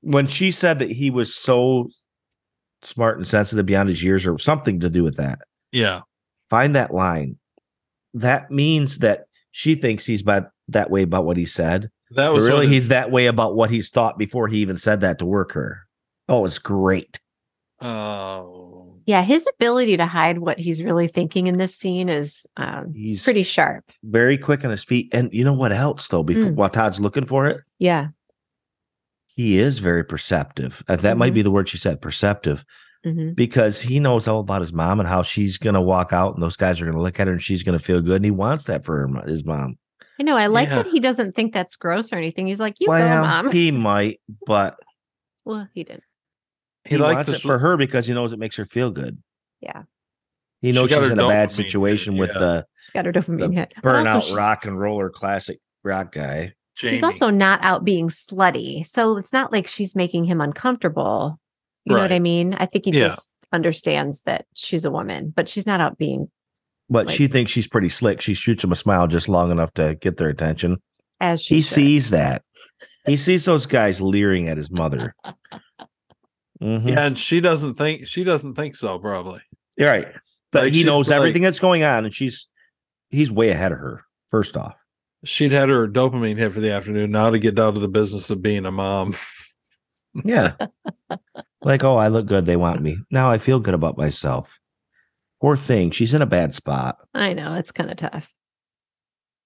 C: when she said that he was so smart and sensitive beyond his years or something to do with that
A: Yeah.
C: find that line. That means that she thinks he's by that way about what he said,
A: That
C: But
A: was
C: really,
A: what it-
C: he's that way about what he's thought before he even said that to work her. Oh, it's great.
A: Oh,
B: Yeah, his ability to hide what he's really thinking in this scene is um,
C: He's-
B: it's pretty sharp.
C: Very quick on his feet. And you know what else, though, before
B: Mm.
C: while Todd's looking for it,
B: Yeah.
C: he is very perceptive. Uh, That might
B: Mhm.
C: be the word she said, perceptive,
B: hmm
C: because he knows all about his mom and how she's going to walk out and those guys are going to look at her and she's going to feel good. And he wants that for her, mo- his mom.
B: I know. I like
A: Yeah.
B: that he doesn't think that's gross or anything. He's like, you
C: well,
B: go, mom.
C: he might, but
B: well, he didn't.
A: he,
C: he,
A: liked
C: wants
A: this
C: it for her because he knows it makes her feel good.
B: Yeah.
C: He knows
A: She got
C: she's
A: her
C: in a bad
A: dopamine hit,
C: situation with
A: yeah.
C: the
B: She got her dopamine
C: The
B: hit. But also
C: burnout
B: she's-
C: rock and roller classic rock guy.
A: Jamie.
B: She's also not out being slutty. So it's not like she's making him uncomfortable. You know what I
A: Right.
B: mean? I think he
A: Yeah.
B: just understands that she's a woman, but she's not out being
C: But
B: Like-
C: she thinks she's pretty slick. She shoots him a smile just long enough to get their attention.
B: as she
C: He
B: should.
C: sees that. He sees those guys leering at his mother. Mhm.
A: yeah, and she doesn't think she doesn't think so. Probably.
C: You're right. But
A: Like,
C: he
A: she's
C: knows
A: like-
C: everything that's going on, and she's he's way ahead of her. First off,
A: She'd had her dopamine hit for the afternoon. Now to get down to the business of being a mom.
C: yeah, like oh, I look good. They want me now. I feel good about myself. Poor thing. She's in a bad spot.
B: I know. It's kind of tough.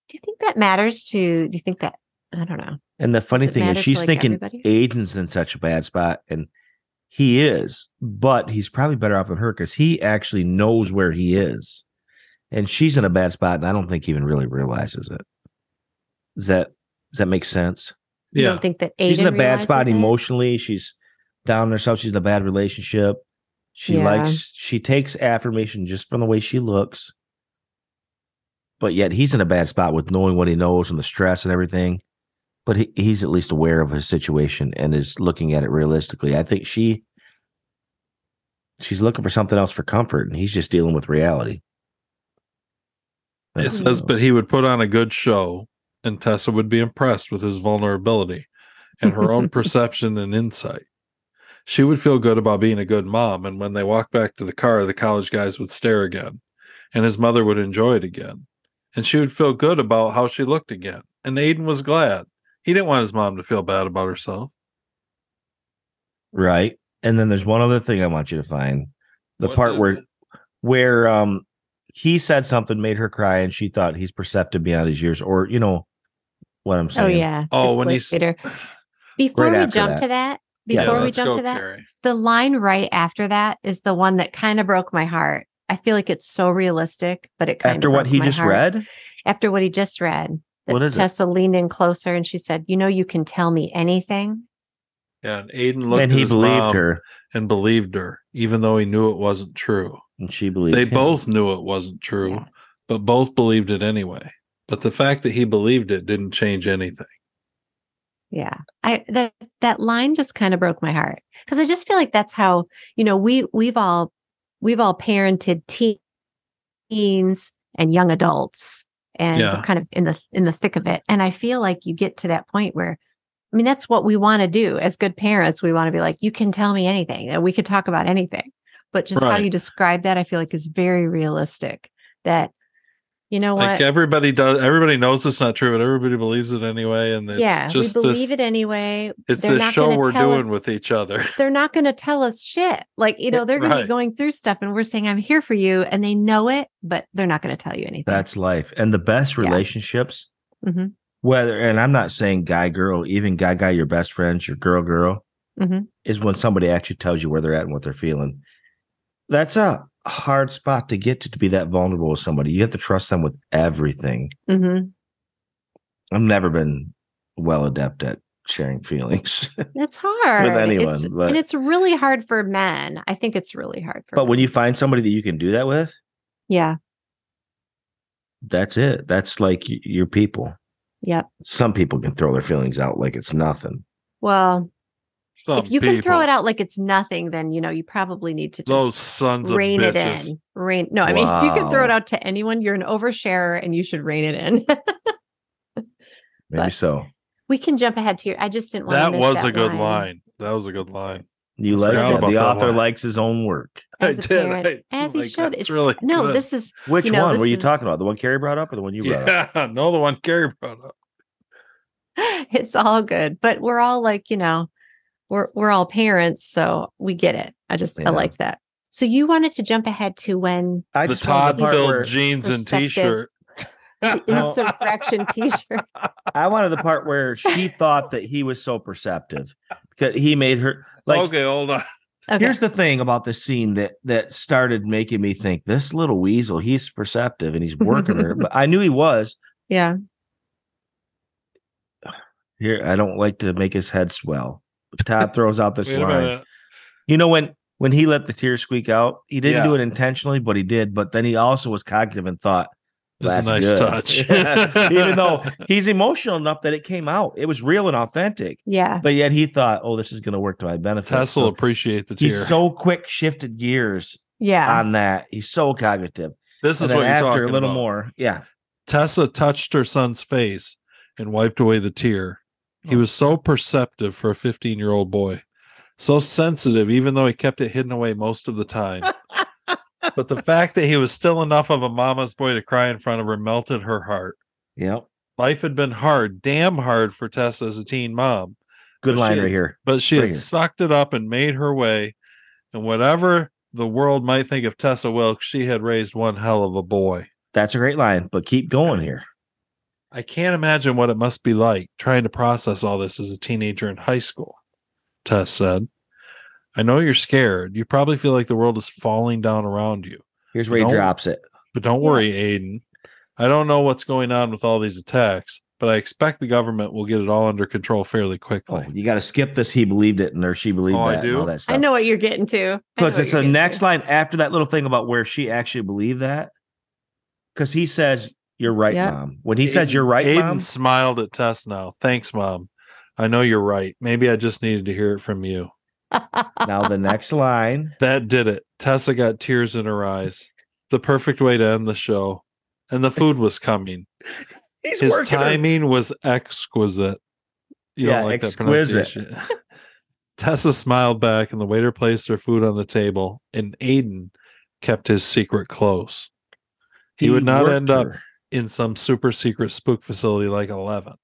B: Do you think that matters to, do you think that, I don't know.
C: And the funny
B: it
C: thing
B: matter
C: is,
B: to,
C: she's
B: like,
C: thinking
B: everybody?
C: Aiden's in such a bad spot, and he is, but he's probably better off than her because he actually knows where he is, and she's in a bad spot, and I don't think even really realizes it. Does that does that make sense?
B: You
A: Yeah.
B: don't think that Aiden
C: she's in a bad spot
B: realizes it?
C: emotionally. She's down on herself. She's in a bad relationship. She
B: Yeah.
C: likes she takes affirmation just from the way she looks. But yet he's in a bad spot with knowing what he knows and the stress and everything. But he, he's at least aware of his situation and is looking at it realistically. I think she she's looking for something else for comfort and he's just dealing with reality.
A: It
C: That's what
A: says,
C: knows.
A: but he would put on a good show, and Tessa would be impressed with his vulnerability and her own perception and insight. She would feel good about being a good mom, and when they walked back to the car, the college guys would stare again, and his mother would enjoy it again. And she would feel good about how she looked again. And Aiden was glad. He didn't want his mom to feel bad about herself.
C: Right. And then there's one other thing I want you to find. The
A: What
C: part
A: is
C: where
A: it?
C: where um he said something made her cry and she thought he's perceptive beyond his years or you know what I'm
B: Oh
C: saying.
B: yeah.
A: Oh,
B: It's
A: when
B: like
A: he's-
B: later. Before
C: Right
B: we
C: after
B: jump
C: that.
B: to that,
C: Yeah,
B: before we
A: let's
B: jump
A: go,
B: to that,
A: Carrie.
B: the line right after that is the one that kind of broke my heart. I feel like it's so realistic, but it kind
C: After
B: of
C: what he just read,
B: After what he just read, that
C: What is it?
B: Tessa leaned in closer and she said, "You know, you can tell me anything."
A: Yeah, and Aiden looked
C: and
A: at
C: he
A: his
C: believed
A: mom
C: her
A: and believed her, even though he knew it wasn't true.
C: and she believed
A: They
C: him.
A: both knew it wasn't true,
C: Yeah.
A: but both believed it anyway. But the fact that he believed it didn't change anything.
B: Yeah. I that that line just kind of broke my heart because I just feel like that's how, you know, we we've all we've all parented teen- teens and young adults and we're
A: Yeah.
B: kind of in the in the thick of it. And I feel like you get to that point where I mean that's what we want to do as good parents. We want to be like, you can tell me anything, that we could talk about anything. But just how
A: Right.
B: you describe that, I feel like is very realistic. That you know what?
A: Like everybody does, everybody knows it's not true, but everybody believes it anyway. And it's
B: yeah, we
A: just
B: believe
A: this,
B: it anyway.
A: It's
B: They're
A: this
B: not
A: show
B: gonna
A: we're
B: tell
A: doing
B: us-
A: with each other.
B: they're not going to tell us shit. Like, you know, they're going to
A: Right.
B: be going through stuff and we're saying, I'm here for you. And they know it, but they're not going to tell you anything.
C: That's life. And the best
B: Yeah.
C: relationships,
B: Mhm.
C: whether and I'm not saying guy girl, even guy guy your best friends, your girl girl,
B: Mhm.
C: is when somebody actually tells you where they're at and what they're feeling. That's a hard spot to get to to be that vulnerable with somebody. You have to trust them with everything.
B: Mhm.
C: I've never been well adept at sharing feelings.
B: That's hard.
C: anyone,
B: It's-
C: but-
B: And it's really hard for men. I think it's really hard for
C: but when
B: men.
C: you find somebody that you can do that with,
B: yeah,
C: that's it. That's like y- your people.
B: yep.
C: Some people can throw their feelings out like it's nothing.
B: Well,
A: Some
B: if you can throw
A: people,
B: it out like it's nothing, then, you know, you probably need to just
A: those sons of
B: rein it
A: bitches.
B: in. Rein. No, I mean, if you can throw it
C: Wow.
B: out to anyone, you're an oversharer and you should rein it in.
C: Maybe
B: But-
C: so.
B: we can jump ahead to your, I just didn't want
A: That
B: to miss
A: was a good line. That was a good line.
C: You like
B: forgot
C: that.
A: about
C: The
A: that
C: author
A: one.
C: likes his own work.
B: As a
A: I did.
B: parent,
A: I-
C: Oh
B: as he
A: like,
B: should.
A: that's
B: It's
A: really
B: no,
A: good.
B: this is
C: Which
B: You know,
C: one
B: this
C: were you
B: is-
C: talking about? The one Carrie brought up or the one you brought up?
A: yeah, no, the one Gary brought up.
B: it's all good. But we're all like, you know, we're we're all parents, so we get it. I just
C: Yeah.
B: I like that. So you wanted to jump ahead to when
C: I
A: the
C: just want
A: Todd
C: the part where,
A: filled jeans and
B: perspective-
A: t-shirt.
B: the insurrection t-shirt.
C: I wanted the part where she thought that he was so perceptive because he made her like
A: okay, hold on.
B: Okay.
C: Here's the thing about this scene that that started making me think this little weasel, he's perceptive and he's working her. But I knew he was.
B: yeah.
C: Here, I don't like to make his head swell. But Todd throws out this
A: Wait a
C: line.
A: minute.
C: You know when when he let the tears squeak out, he didn't
A: Yeah.
C: do it intentionally, but he did. But then he also was cognitive and thought
A: That's a nice
C: good."
A: touch.
C: Even though he's emotional enough that it came out, it was real and authentic.
B: Yeah.
C: But yet he thought, "Oh, this is going to work to my benefit."
A: Tesla
C: So
A: appreciate the tear.
C: he's so quick shifted gears
B: Yeah.
C: on that. He's so cognitive.
A: this is
C: And
A: what
C: then
A: you're
C: after
A: talking
C: a little
A: about.
C: more. Yeah.
A: Tessa touched her son's face and wiped away the tear. He
C: Oh.
A: was so perceptive for a 15 year old boy, so sensitive, even though he kept it hidden away most of the time. but the fact that he was still enough of a mama's boy to cry in front of her melted her heart.
C: Yep.
A: Life had been hard, damn hard for Tessa as a teen mom,
C: Good
A: But
C: line
A: she
C: right
A: is-
C: here.
A: but she
C: Right
A: had
C: here.
A: sucked it up and made her way. And whatever the world might think of Tessa Wilkes, she had raised one hell of a boy.
C: That's a great line, but keep going here.
A: I can't imagine what it must be like trying to process all this as a teenager in high school, Tess said. I know you're scared. You probably feel like the world is falling down around you.
C: Here's where he
A: Don't-
C: drops it.
A: But don't
B: Yeah.
A: worry, Aiden. I don't know what's going on with all these attacks, but I expect the government will get it all under control fairly
C: Oh,
A: quickly.
C: you got to skip this. He believed it, and or she believed
A: Oh, I
C: that. and
A: do?
C: all that stuff.
B: I know what you're getting to. I know
C: Because
B: what
C: it's
B: you're
C: the
B: getting
C: next
B: to.
C: line after that little thing about where she actually believed that. Because he says, "You're right,
B: Yeah.
C: mom." When he says,
A: Aiden-
C: "You're right,
A: Aiden
C: mom,"
A: smiled at Tess now. Thanks, Mom. I know you're right. Maybe I just needed to hear it from you.
C: now the next line.
A: That did it. Tessa got tears in her eyes. The perfect way to end the show. And the food was coming.
C: He's
A: His
C: working her-
A: timing was exquisite. You
C: Yeah,
A: don't like
C: exquisite.
A: that pronunciation. Tessa smiled back, and the waiter placed their food on the table, and Aiden kept his secret close. He, would not
C: worked
A: end up
C: her.
A: in some super secret spook facility like Eleven.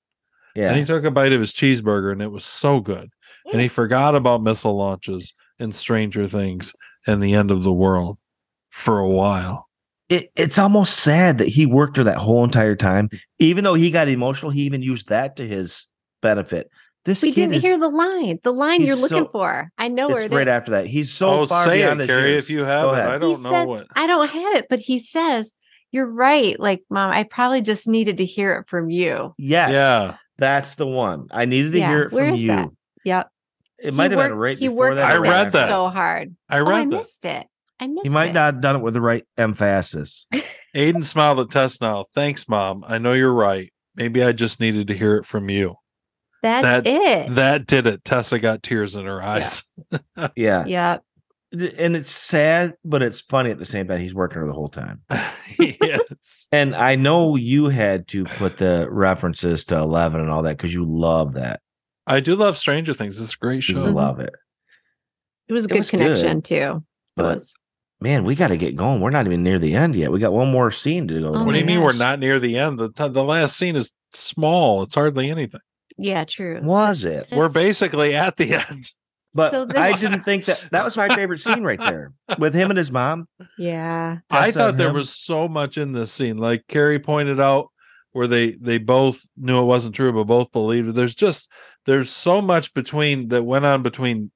C: Yeah.
A: And he took a bite of his cheeseburger, and it was so good. And he forgot about missile launches and Stranger Things and the end of the world for a while.
C: it, it's almost sad that he worked her that whole entire
A: Mm-hmm.
C: time. Even though he got emotional, he even used that to his benefit. This
B: we
C: kid
B: didn't
C: is-
B: hear the line. The line
C: he's
B: you're looking
C: so-
B: for. I know where
C: It's
B: it
C: right
B: is.
C: after that. He's so
A: oh,
C: far
A: say
C: beyond
A: it,
C: his
A: Carrie,
C: years.
A: if you
C: Go
A: have it.
C: ahead.
A: I don't
B: he
A: know
B: says,
A: what.
B: I don't have it, but he says, You're right. Like, mom, I probably just needed to hear it from you.
C: Yes,
A: Yeah,
C: that's the one. I needed to
B: Yeah,
C: hear it
B: where
C: from
B: is
C: you.
B: that? Yep.
C: It might
B: He
C: have been
B: worked-
C: right
B: he
C: before
B: worked
C: that.
A: I
B: for
C: or
B: it
C: right
A: read
C: after
A: that.
B: so hard.
A: I
B: Oh, I
A: read that.
B: missed it. I missed
C: He might
B: it.
C: not have done it with the right emphasis.
A: Aiden smiled at Tess now. Thanks, Mom. I know you're right. Maybe I just needed to hear it from you.
B: That's
A: that-
B: it.
A: That did it. Tessa got tears in her eyes.
C: Yeah,
B: yep.
C: D- and it's sad, but it's funny at the same time. He's working her the whole time.
A: yes.
C: And I know you had to put the references to eleven and all that because you love that.
A: I do love Stranger Things. It's a great
C: You
A: show.
B: Mm-hmm.
C: love it.
B: It was a
C: It
B: good
C: was good,
B: connection too. It
C: but-
B: was.
C: man, we got to get going. We're not even near the end yet. We got one more scene to go.
B: Oh
A: what do
B: my
A: you mean we're
B: gosh.
A: not near the end? The t- the last scene is small. It's hardly anything.
B: Yeah, true.
C: Was it?
A: We're
B: That's-
A: basically at the end.
C: But
B: So
C: I
B: this-
C: didn't think that that was my favorite scene right there with him and his mom.
B: Yeah.
A: I
C: Tessa
A: thought
C: and
A: there
C: him.
A: was so much in this scene. Like Carrie pointed out, where they they both knew it wasn't true, but both believed it. There's just there's so much between that went on between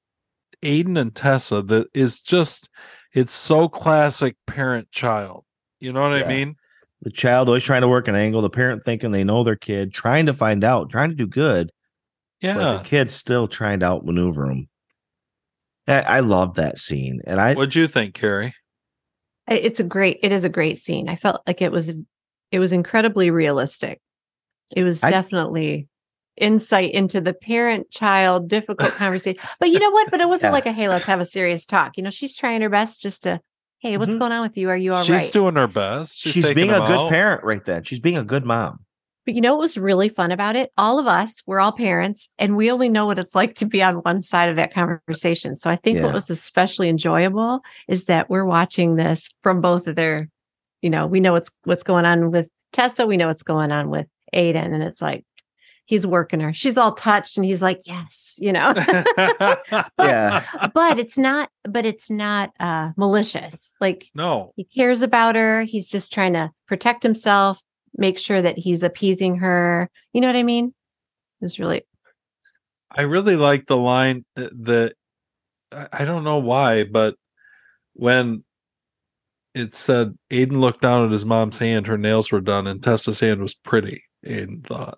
A: Aiden and Tessa that is just it's so classic parent child. You know what
C: Yeah.
A: I mean?
C: the child always trying to work an angle, the parent thinking they know their kid, trying to find out, trying to do good,
A: Yeah.
C: but the kid's still trying to outmaneuver him. I, I love that scene, and I
A: What'd you think, Carrie?
B: I- It's a great it is a great scene. I felt like it was it was incredibly realistic. It was
C: I-
B: definitely insight into the parent child difficult conversation. But you know what? But it wasn't
C: Yeah.
B: like a hey, let's have a serious talk. You know, she's trying her best just to hey, what's
C: Mm-hmm.
A: Mhm.
B: going on with you? Are you all right?
A: She's doing her best. She's,
C: she's, being a
A: taking
C: good
A: them out.
C: parent right then. She's being a good mom.
B: But you know what was really fun about it? All of us, we're all parents, and we only know what it's like to be on one side of that conversation. So I think
C: Yeah.
B: what was especially enjoyable is that we're watching this from both of their, you know, we know what's what's going on with Tessa, we know what's going on with Aiden, and it's like, he's working her. She's all touched and he's like, yes, you know.
C: Yeah.
B: but it's not, but it's not uh malicious. Like
A: No.
B: he cares about her. He's just trying to protect himself, make sure that he's appeasing her. You know what I mean? It's really
A: I really like the line th- that I I don't know why, but when it said Aiden looked down at his mom's hand, her nails were done, and Tessa's hand was pretty. Aiden thought,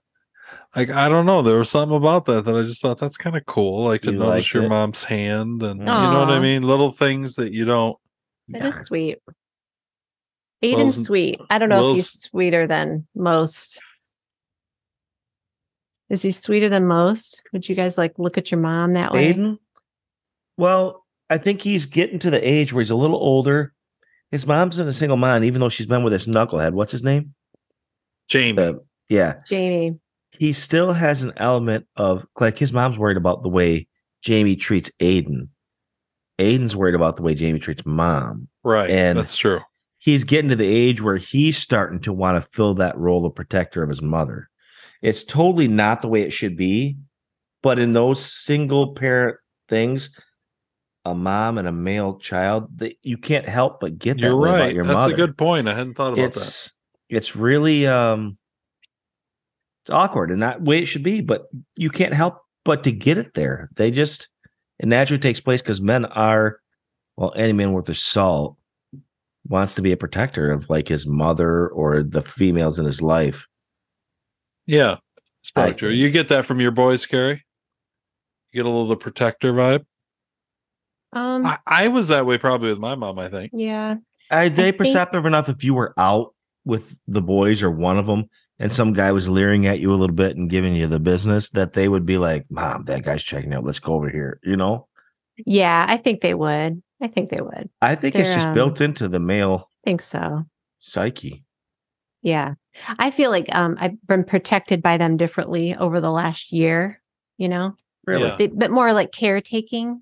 A: like, I don't know, there was something about that that I just thought that's kind of cool. Like to
C: You
A: notice
C: liked
A: your
C: it?
A: mom's hand, and you know what I
B: Aw.
A: mean, little things that you don't.
B: that
C: Yeah.
B: is sweet.
A: Will's-
B: Aiden's sweet. I don't know if
A: Will's-
B: he's sweeter than most. Is he sweeter than most? Would you guys like look at your mom that way?
C: Aiden? Well, I think he's getting to the age where he's a little older. His mom's in a single mind, even though she's been with this knucklehead. What's his name?
A: Jamie,
C: Uh, yeah.
B: Jamie.
C: He still has an element of like his mom's worried about the way Jamie treats Aiden. Aiden's worried about the way Jamie treats mom.
A: right?
C: and-
A: that's true.
C: He's getting to the age where he's starting to want to fill that role of protector of his mother. It's totally not the way it should be, but in those single parent things, a mom and a male child, that you can't help but get that
A: You're
C: way about
A: right.
C: your
A: That's
C: mother
A: a good point. I hadn't thought about that.
C: it's it's really um it's awkward and not the way it should be but you can't help but to get it there they just it naturally takes place because men are well any man worth his salt wants to be a protector of like his mother or the females in his life
A: Yeah, it's probably
C: I
A: true.
C: think-
A: You get that from your boys, Carrie. You get a little of the protector vibe.
B: Um
A: I, I was that way probably with my mom. I think.
B: yeah.
C: are they
B: think-
C: perceptive enough if you were out with the boys or one of them and some guy was leering at you a little bit and giving you the business that they would be like mom that guy's checking out let's go over here you know
B: Yeah, I think they would. I think they would. I
C: I think it's
B: They're,
C: just
B: um,
C: built into the male
B: think so.
C: psyche.
B: Yeah. I feel like um I've been protected by them differently over the last year, you know.
A: Really?
B: They, but more like caretaking,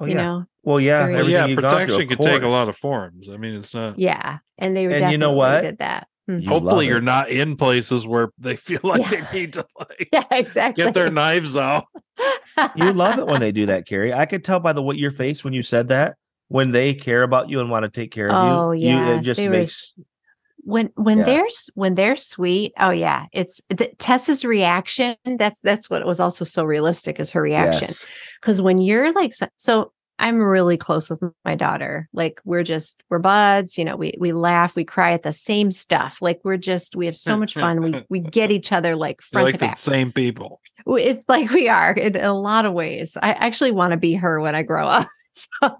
C: Oh,
B: you
C: yeah.
B: know.
C: Well, yeah.
B: Very-
A: Well,
C: everything
A: yeah,
C: you've gone through,
A: protection
C: of
A: could take a
C: course.
A: lot of forms. I mean, it's not.
B: Yeah. And they
C: And
B: definitely
C: you know what?
B: did that. Mm.
C: You love
A: hopefully, you're
C: it.
A: not in places where they feel like
B: Yeah.
A: they need to like
B: Yeah, exactly.
A: get their knives out.
C: You love it when they do that, Carrie. I could tell by the what your face when you said that. When they care about you and want to take care of
B: Oh,
C: you, you,
B: yeah,
C: it just
B: they were
C: makes
B: when when
C: Yeah.
B: they're s- when they're sweet oh yeah it's the, tessa's reaction that's that's what was also so realistic is her reaction
C: yes.
B: because when you're like so, so i'm really close with my daughter like we're just we're buds you know we we laugh we cry at the same stuff like we're just we have so much fun we we get each other like
A: You're
B: front
A: like
B: to
A: the
B: back
A: same people.
B: W- it's like we are in a lot of ways i actually want to be her when i grow up so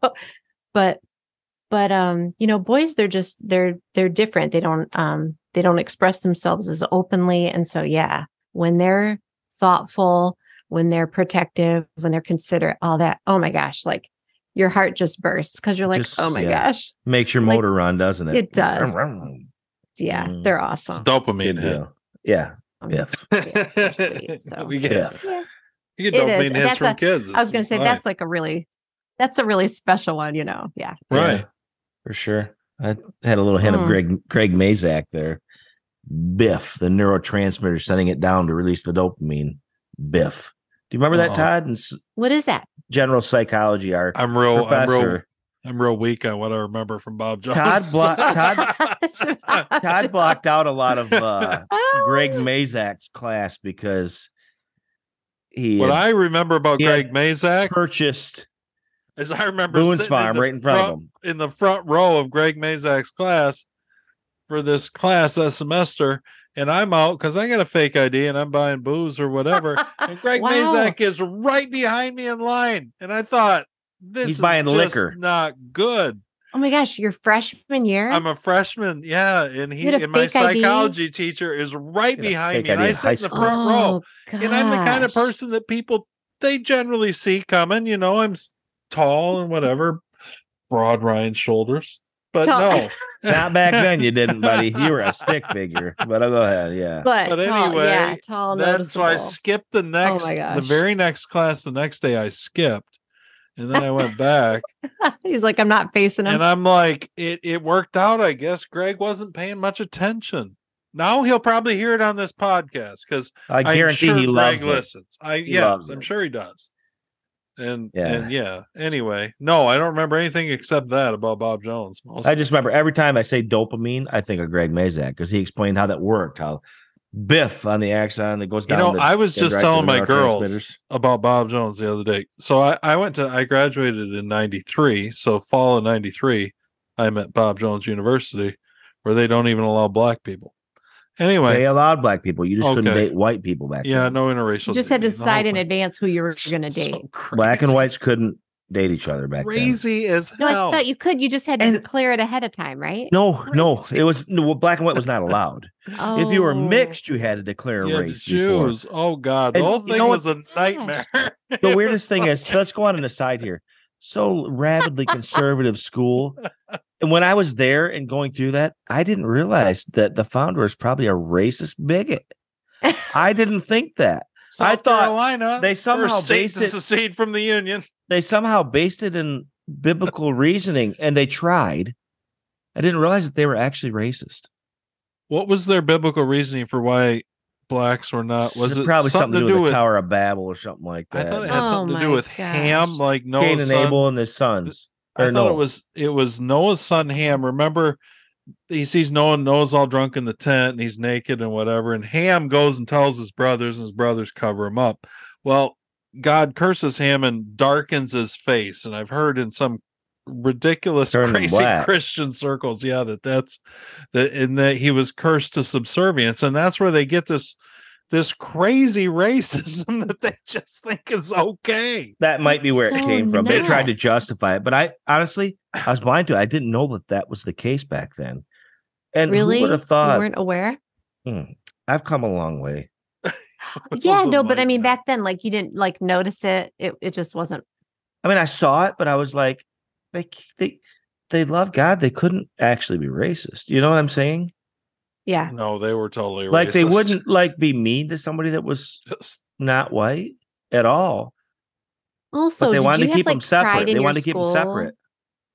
B: but but um you know boys they're just they're they're different they don't um they don't express themselves as openly and so yeah when they're thoughtful when they're protective when they're considerate all that oh my gosh like your heart just bursts because you're like
C: Just-
B: oh my
C: yeah.
B: gosh
C: makes your
B: Like,
C: motor run, doesn't it?
B: it does.
C: Good
B: yeah
C: Mm.
B: they're
A: It's a
B: awesome
A: dopamine hit.
C: deal. Yeah.
B: Um,
C: Yeah.
B: they're sweet, so.
A: we get
C: Yeah.
B: yeah.
A: you
B: It
A: get dopamine
B: is.
A: hits
B: That's
A: from
B: a-
A: kids.
B: i was gonna
A: It's
B: say
A: fine.
B: that's like a really that's a really special one you know yeah
A: right.
C: Yeah, for sure. I had a little hint
B: Mm.
C: of Greg Craig Mazak there. Biff, the neurotransmitter, sending it down to release the dopamine. Biff. Do you remember that,
A: Uh-uh.
C: Todd? And s-
B: what is that
C: general psychology our
A: I'm real. I'm real.
C: professor.
A: I'm real weak on what I remember from Bob Jones.
C: Todd Blo- Todd- Todd
B: Todd
C: blocked out a lot of uh,
B: Oh.
C: Greg Mazak's class because he
A: what
C: had
A: I remember about
C: he
A: Greg
C: had-
A: Mazak
C: purchased
A: is I remember
C: Boone's
A: sitting in
C: farm
A: the
C: right in front
A: front
C: of him.
A: in the front row of Greg Mazak's class for this class that semester, and I'm out because I got a fake ID and I'm buying booze or whatever. And Greg
B: Wow.
A: Mazak is right behind me in line, and I thought this
C: He's
A: is
C: buying
A: just
C: liquor.
A: not good.
B: Oh my gosh, your freshman year.
A: I'm a freshman, yeah, and he
B: had a
A: and my
B: fake ID?
A: psychology teacher is right
C: He had a
A: behind
C: fake
A: me, and
C: ID
A: I
C: in
A: sit
C: high
A: in the
C: school.
A: front row.
B: Oh,
A: and I'm the kind of
B: gosh.
A: person that people they generally see coming. You know, I'm s- tall and whatever, broad Ryan shoulders, but
B: Tall-
A: no,
C: Not back then, you didn't, buddy. You were a stick figure. But I'll go ahead. Yeah.
B: But,
A: But
B: tall,
A: anyway,
B: yeah, tall,
A: Then so I
B: noticeable.
A: skipped the next,
B: Oh my
A: the
B: gosh.
A: very next class. The next day I skipped, and then I went back,
B: He's like, I'm not facing him.
A: and I'm like, it it worked out, I guess. Greg wasn't paying much attention. Now he'll probably hear it on this podcast because
C: I guarantee
A: sure
C: he
A: Greg
C: loves it.
A: listens. I
C: He
A: yes,
C: loves
A: I'm
C: it.
A: sure he does. And
C: Yeah.
A: and yeah. Anyway, no, I don't remember anything except that about Bob Jones.
C: I just remember every time I say dopamine, I think of Greg Mazak because he explained how that worked, how biff on the axon that goes
A: You
C: down.
A: know,
C: the-
A: I was just
C: right to
A: telling
C: the
A: my girls
C: neurotransmitters.
A: about Bob Jones the other day. So I, I went to I graduated in '93. So fall of '93, I'm at Bob Jones University, where they don't even allow black people. Anyway,
C: they allowed black people. You just couldn't
A: Okay.
C: date white people back
A: yeah,
C: then.
A: no interracial.
B: You just had to
A: dating, the whole
B: decide in
A: thing.
B: advance who you were going to
A: So
B: date.
C: black
A: crazy.
C: and whites couldn't date each other back then.
A: Crazy as
B: no, I
A: hell.
B: thought you could. You just had to
C: And-
B: declare it ahead of time, right?
C: No, no,
A: Crazy.
C: it was no, well, black and white was not allowed. If you were
B: Oh.
C: mixed, you had to declare a
A: yeah, the
C: race. before.
A: Jews. Oh God, the
C: And
A: whole
C: you know
A: thing
C: what-
A: was a nightmare.
C: the weirdest thing is let's go on an aside here so rabidly conservative school and when i was there and going through that i didn't realize that the founder is probably a racist bigot i didn't think that
A: South
C: I thought
A: Carolina.
C: they somehow
A: first state
C: based
A: to
C: it-
A: secede from the union.
C: they somehow based it in biblical reasoning and they tried i didn't realize that they were actually racist
A: What was their biblical reasoning for why blacks were not? Uh, Was
C: So
A: it
C: probably
A: something, to do,
C: with
A: with?
C: the tower of babel or something like
A: I
C: that
A: thought it had
B: Oh
A: something to do
B: my
A: with Ham,
B: gosh.
A: like Noah's
C: cain and
A: son.
C: abel and his sons
A: I
C: or
A: thought
C: Noah.
A: it was it was Noah's son Ham. Remember, he sees Noah. and Noah's all drunk in the tent, and he's naked and whatever. And Ham goes and tells his brothers, and his brothers cover him up. Well, God curses Ham and darkens his face. And I've heard in some ridiculous,
C: Turn him
A: crazy
C: black.
A: Christian circles, yeah, that that's that, and that he was cursed to subservience, and that's where they get this this crazy racism that they just think is okay.
C: that might be
B: That's
C: where it
B: so
C: came from. They tried to
B: nuts.
C: justify it, but I honestly, I was blind to it. I didn't know that that was the case back then. And
B: really?
C: who would have thought?
B: you weren't aware?
C: I've come a long way.
A: It
B: yeah,
A: was a
B: no, but I mean,
A: nightmare.
B: back then, like you didn't like notice it. It it just wasn't.
C: I mean, I saw it, but I was like, they c- they they love God. They couldn't actually be racist. You know what I'm saying?
B: Yeah,
A: No, they were totally
C: Like they
A: racist.
C: wouldn't like be mean to somebody that was
A: Just-
C: not white at all.
B: Also,
C: but they
B: did
C: wanted
B: you
C: to
B: have,
C: keep
B: like,
C: them separate.
B: pride in
C: They
B: your
C: wanted to keep them
B: school?
C: separate.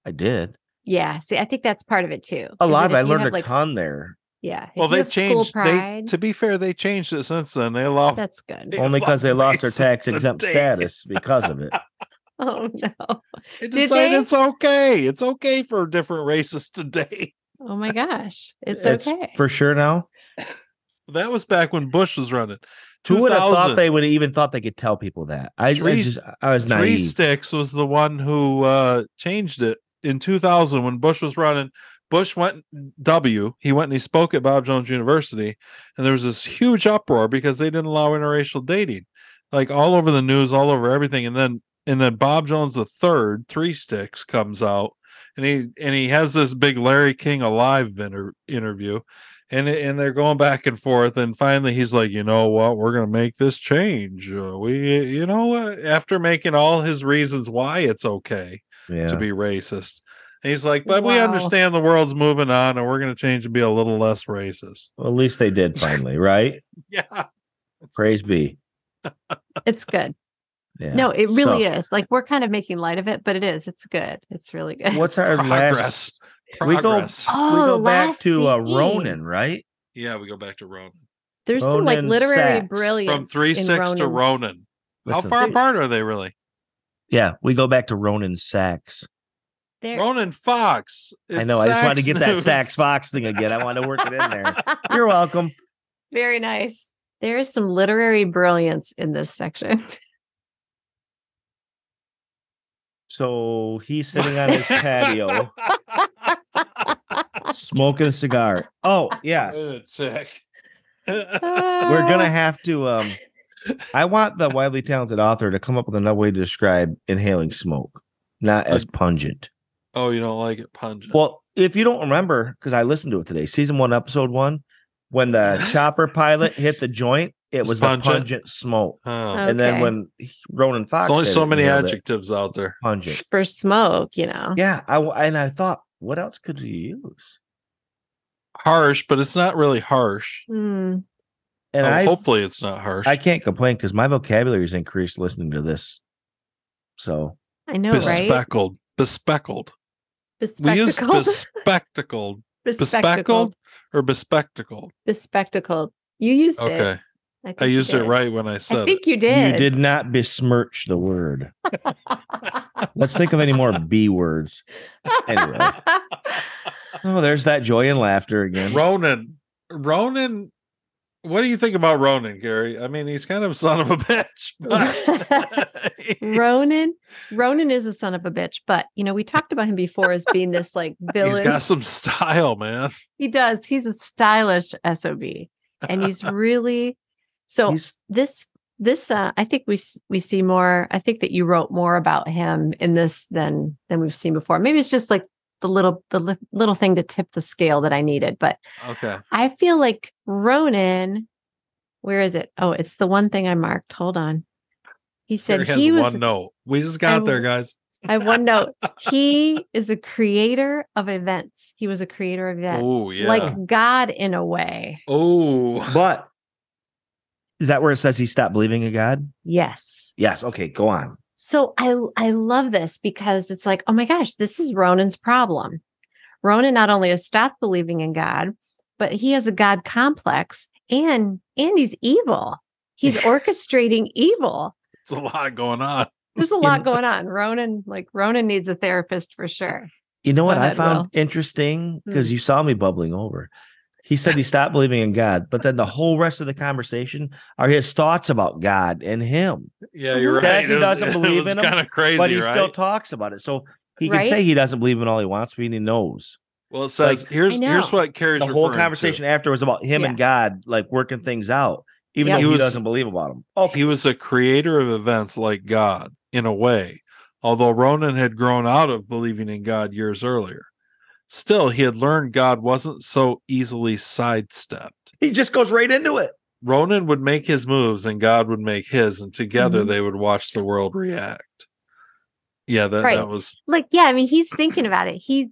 C: I did
B: Yeah. See, I think that's part of it too.
C: a
B: is that
C: lot. Of, it. I
B: if you
C: learned
B: have,
C: a
B: like, s-
C: ton there,
B: Yeah. if
A: Well,
B: you
A: they
B: have school
A: changed. They,
B: pride.
A: to be fair, they changed it since then. They allow
B: that's good.
A: They
C: only because they
A: love
C: lost their
A: racism
C: tax exempt
A: today.
C: status because of it.
B: Oh no.
A: they
B: did
A: decide
B: they?
A: it's okay. It's okay for different races today.
B: Oh my gosh. It's, okay.
C: for sure now.
A: That was back when Bush was running.
C: Who would have thought
A: 2000,
C: they would have even thought they could tell people that? I, I
A: Three-
C: just I was
A: Three
C: naive.
A: Sticks was the one who uh, changed it in 2000 when Bush was running. Bush went W. He went and he spoke at Bob Jones University, and there was this huge uproar because they didn't allow interracial dating, like all over the news, all over everything. And then and then Bob Jones the third, Three Sticks comes out, and he and he has this big Larry King alive inter- interview, and it- and they're going back and forth and finally he's like you know what we're going to make this change uh, we you know uh, after making all his reasons why it's okay to
C: Yeah.
A: be racist and he's like but we
B: Wow.
A: understand the world's moving on and we're going to change and be a little less racist
C: Well, at least they did finally, right?
A: yeah
C: Praise be.
B: It's good.
C: Yeah.
B: No, it really
C: So,
B: is. Like we're kind of making light of it, but it is. It's good. It's really good.
C: What's our
A: progress
C: last? We go.
A: progress
B: Oh,
C: we go
B: the
C: back
B: last
C: to uh,
B: scene.
C: Ronan, right?
A: yeah we go back to ronan
B: There's some like
C: Ronan
B: literary
C: Sacks. From
B: brilliance
A: from three
B: in
A: six to
B: Ronan's-
A: ronan how
C: Listen,
A: far apart are they really
C: Yeah, we go back to Ronan Sachs.
B: There-
A: ronan fox
C: I
A: It's
C: know. I just wanted to
A: Sachs
C: get that
A: news.
C: Sachs Fox thing again. I wanted to work it in there. You're welcome.
B: Very nice. There is some literary brilliance in this section.
C: So he's sitting on his patio smoking a cigar. Oh yes,
A: Good, sick.
C: we're gonna have to. um I want the wildly talented author to come up with another way to describe inhaling smoke, not as pungent.
A: Oh, you don't like it pungent.
C: Well, if you don't remember, because I listened to it today, season one, episode one, when the chopper pilot hit the joint, it
A: It's
C: was the
A: pungent.
C: pungent smoke.
A: Oh.
B: Okay.
C: And then when he- Ronan Fox,
A: There's only
C: hit it,
A: so
C: he
A: many
C: nailed it.
A: adjectives out there.
C: pungent.
B: for smoke, you know.
C: Yeah, I w- and I thought, what else could you use?
A: Harsh, but it's not really harsh.
B: Hmm.
C: And
A: Oh,
C: I
A: hopefully it's not harsh.
C: I can't complain because my vocabulary has increased listening to this. So
B: I know, right?
A: bespeckled. Bespeckled. We use
B: Bespectacled.
A: bespectacled bespectacled or bespectacled?
B: Bespectacled. You used it.
A: Okay.
B: think
A: I
B: you
A: used it
B: did.
A: right when I said
B: I
A: it.
B: think you did.
C: You did not besmirch the word. Let's think of any more B words. Anyway. Oh, there's that joy and laughter again.
A: Ronan. Ronan. What do you think about Ronan, Gary? I mean, he's kind of a son of a bitch. But he's-
B: Ronan. Ronan is a son of a bitch, but you know, we talked about him before as being this like
A: He's
B: villain.
A: got some style, man.
B: he does. He's a stylish SOB. And he's really so
C: He's-
B: this this uh, I think we s- we see more. I think that you wrote more about him in this than than we've seen before. Maybe it's just like the little the li- little thing to tip the scale that I needed, but
A: Okay.
B: I feel like Ronan. Where is it? Oh, it's the one thing I marked. Hold on. He said
A: Gary has
B: he was
A: one note. We just got
B: I-
A: there, guys.
B: I have one note. He is a creator of events. He was a creator of events.
A: Oh, yeah.
B: Like God in a way.
A: oh,
C: But is that where it says he stopped believing in God?
B: Yes.
C: Yes. Okay, go on.
B: So I I love this because it's like, oh my gosh, this is Ronan's problem. Ronan not only has stopped believing in God, but he has a God complex and and he's evil. He's orchestrating evil.
A: it's a lot going on.
B: There's a lot going on. Ronan, like Ronan needs a therapist for sure.
C: You know what
B: Go
C: I
B: ahead,
C: found interesting? Because
B: Hmm.
C: you saw me bubbling over. He said he stopped believing in God, but then the whole rest of the conversation are his thoughts about God and him.
A: Yeah, you're right.
C: Yes, he doesn't believe in him,
A: Kind of crazy,
C: but he
A: right?
C: still talks about it. So he can
B: Right?
C: say he doesn't believe in all he wants, but he knows.
A: well, it says
C: like,
A: here's
B: I know.
A: here's what Carrie's
C: the whole
A: referring to.
C: conversation after was about him and God, like working things out, even
B: Yeah.
C: though
A: He
C: he,
A: was-
C: doesn't believe about him. Oh,
A: He was a creator of events like God in a way, although Ronan had grown out of believing in God years earlier. Still, he had learned God wasn't so easily sidestepped.
C: he just goes right into it.
A: Ronan would make his moves and God would make his, and together
C: Mm-hmm.
B: Mhm.
A: they would watch the world react. Yeah, that,
B: Right.
A: that was
B: Like, yeah, I mean, he's thinking about it. He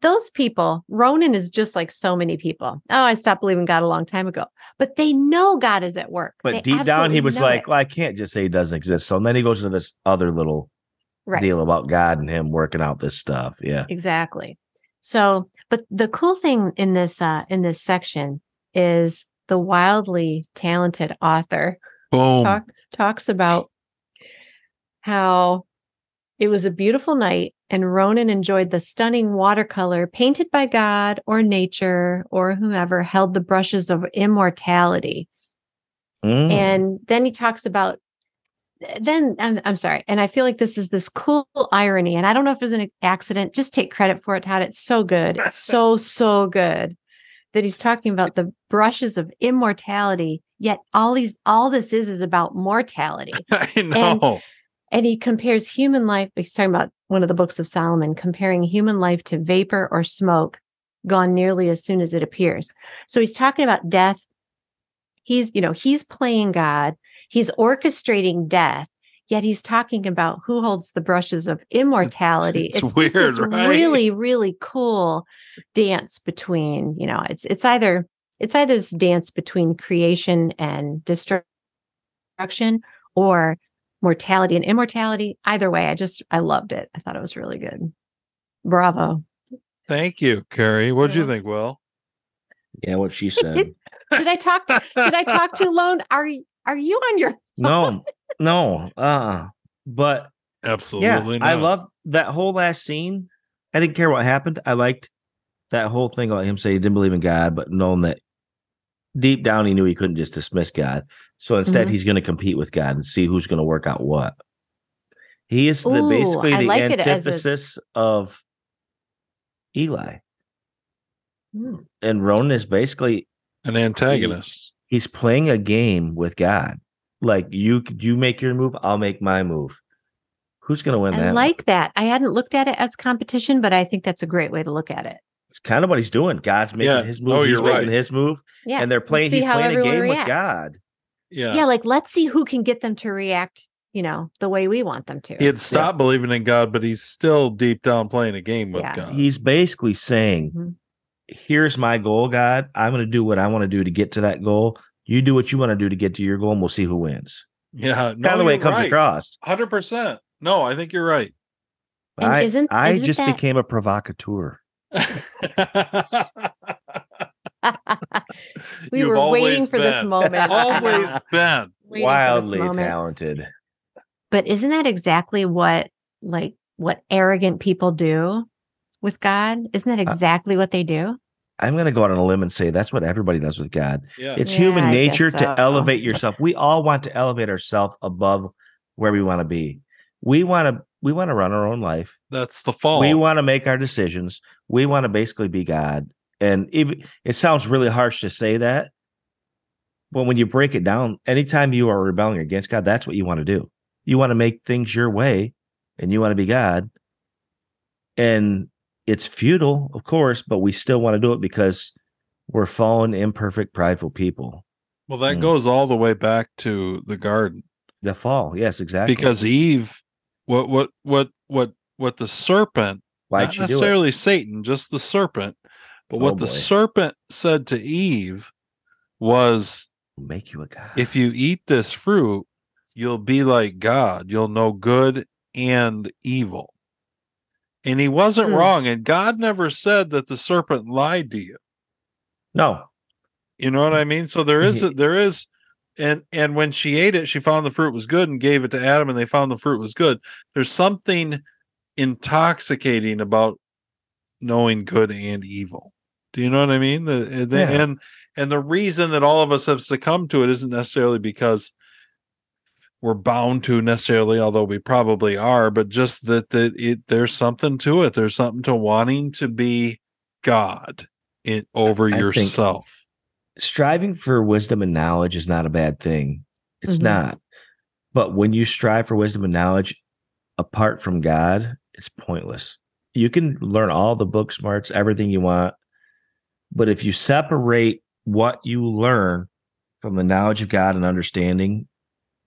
B: those people, Ronan is just like so many people. Oh, I stopped believing God a long time ago. But they know God is at work.
C: But
B: They
C: deep down,
B: absolutely
C: he was
B: know
C: like,
B: it.
C: well, I can't just say he doesn't exist. So then he goes into this other little
B: right.
C: deal about God and him working out this stuff. Yeah.
B: Exactly. So, but the cool thing in this uh in this section is the wildly talented author
A: boom.
B: talk talks about how it was a beautiful night and Ronan enjoyed the stunning watercolor painted by God or nature or whomever held the brushes of immortality.
C: Mm.
B: And then he talks about then I'm, I'm sorry. And I feel like this is this cool irony. And I don't know if it was an accident. Just take credit for it, Todd. It's so good. It's so, so good that he's talking about the brushes of immortality. Yet all these all this is is about mortality.
A: I know.
B: And he compares human life. He's talking about one of the books of Solomon, comparing human life to vapor or smoke gone nearly as soon as it appears. So he's talking about death. He's, you know, he's playing God, he's orchestrating death, yet he's talking about who holds the brushes of immortality.
A: It's
B: just
A: weird,
B: this
A: right?
B: really, really cool dance between, you know, it's it's either it's either this dance between creation and destruction or mortality and immortality. Either way, I just I loved it. I thought it was really good. Bravo.
A: Thank you, Carrie. What'd you
B: Yeah.
A: think, Will?
C: yeah, what she said.
B: Did I talk did I talk too long? Are y- are you on your
C: no, no. Uh-uh. But
A: Absolutely
C: yeah,
A: not.
C: I love that whole last scene. I didn't care what happened. I liked that whole thing about him saying he didn't believe in God, but knowing that deep down he knew he couldn't just dismiss God. So instead,
B: Mhm.
C: he's going to compete with God and see who's going to work out what. He is the,
B: Ooh,
C: basically
B: I
C: the
B: like it as a-
C: antithesis of Eli, Hmm. and Ronan is basically
A: an antagonist.
C: he's playing a game with God. Like you, you make your move, I'll make my move. Who's going to win that?
B: I
C: one?
B: like that. I hadn't looked at it as competition, but I think that's a great way to look at it.
C: It's kind of what he's doing. God's making
A: Yeah.
C: his move.
A: Oh,
C: he's
A: you're
C: making
A: right.
C: his move,
B: Yeah.
C: and they're
B: Let's
C: playing.
B: see
C: He's
B: how
C: playing a
B: everyone
C: game with
B: reacts.
C: God.
A: Yeah.
B: Yeah. like let's see who can get them to react, you know, the way we want them to.
A: He had stopped believing in God, but he's still deep down playing a game with
B: Yeah.
A: God.
C: He's basically saying,
B: Mhm.
C: "Here's my goal, God. I'm going to do what I want to do to get to that goal. You do what you want to do to get to your goal, and we'll see who wins."
A: yeah,
C: Kind of the way it comes across.
A: Hundred percent. No, I think you're right.
B: And
C: I
B: isn't-
C: I
B: isn't
C: just
B: that-
C: became a provocateur.
B: we
A: You've
B: were
A: always
B: waiting for this
A: been.
B: moment.
A: Always been.
B: Waiting for this
C: Wildly
B: moment.
C: talented.
B: But isn't that exactly what like what arrogant people do with God? Isn't that
C: Uh,
B: exactly what they do?
C: I'm going to go out on a limb and say that's what everybody does with God.
A: Yeah.
C: It's
B: Yeah,
C: human
B: I guess
C: nature
B: so.
C: to elevate yourself. We all want to elevate ourselves above where we want to be. We want to we want to run our own life.
A: That's the fall.
C: We want to make our decisions. We want to basically be God. And even it sounds really harsh to say that, but when you break it down, anytime you are rebelling against God, that's what you want to do. You want to make things your way, and you want to be God. And it's futile, of course, but we still want to do it because we're fallen, imperfect, prideful people.
A: well, that
C: Mm.
A: goes all the way back to the garden
C: The fall, yes, exactly.
A: because Eve, what, what, what, what, what the serpent,
C: why'd
A: not
C: you do it?
A: necessarily Satan, just the serpent, but
C: Oh,
A: what the
C: boy.
A: serpent said to Eve was,
C: Make you a God.
A: if you eat this fruit, you'll be like God. You'll know good and evil. And he wasn't
B: Hmm.
A: wrong. And God never said that the serpent lied to you.
C: no,
A: You know what I mean? So there is a,
C: Mhm.
A: there is and and when she ate it, she found the fruit was good and gave it to Adam and they found the fruit was good. There's something intoxicating about knowing good and evil. Do you know what I mean? The, eh, the-
C: Yeah.
A: and and the reason that all of us have succumbed to it isn't necessarily because we're bound to necessarily, although we probably are, but just that that it there's something to it. There's something to wanting to be God in over
C: I think-
A: yourself.
C: striving for wisdom and knowledge is not a bad thing. It's
B: Mhm.
C: not. But when you strive for wisdom and knowledge apart from God, it's pointless. You can learn all the book smarts, everything you want. But if you separate what you learn from the knowledge of God and understanding,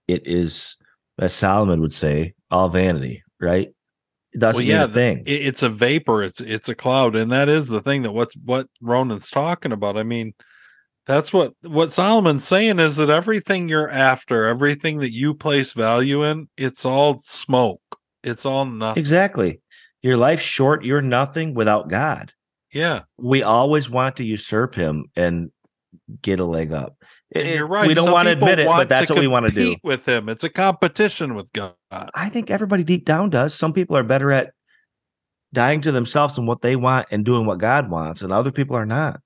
C: it is, as Solomon would say, all vanity, right? It
A: Well,
C: doesn't mean
A: yeah,
C: a thing.
A: it, it's a vapor it's it's a cloud and that is the thing that what's what ronan's talking about i mean that's what what solomon's saying is that everything you're after everything that you place value in it's all smoke it's all nothing
C: exactly. Your life's short. You're nothing without God.
A: yeah
C: we always want to usurp him and get a leg up.
A: and
C: It-
A: you're right
C: eh, We don't
A: Some
C: want to
A: people
C: admit it,
A: want
C: but that's what we want to do.
A: compete with him it's a competition with god
C: I think everybody deep down does. Some people are better at dying to themselves and what they want and doing what God wants, and other people are not.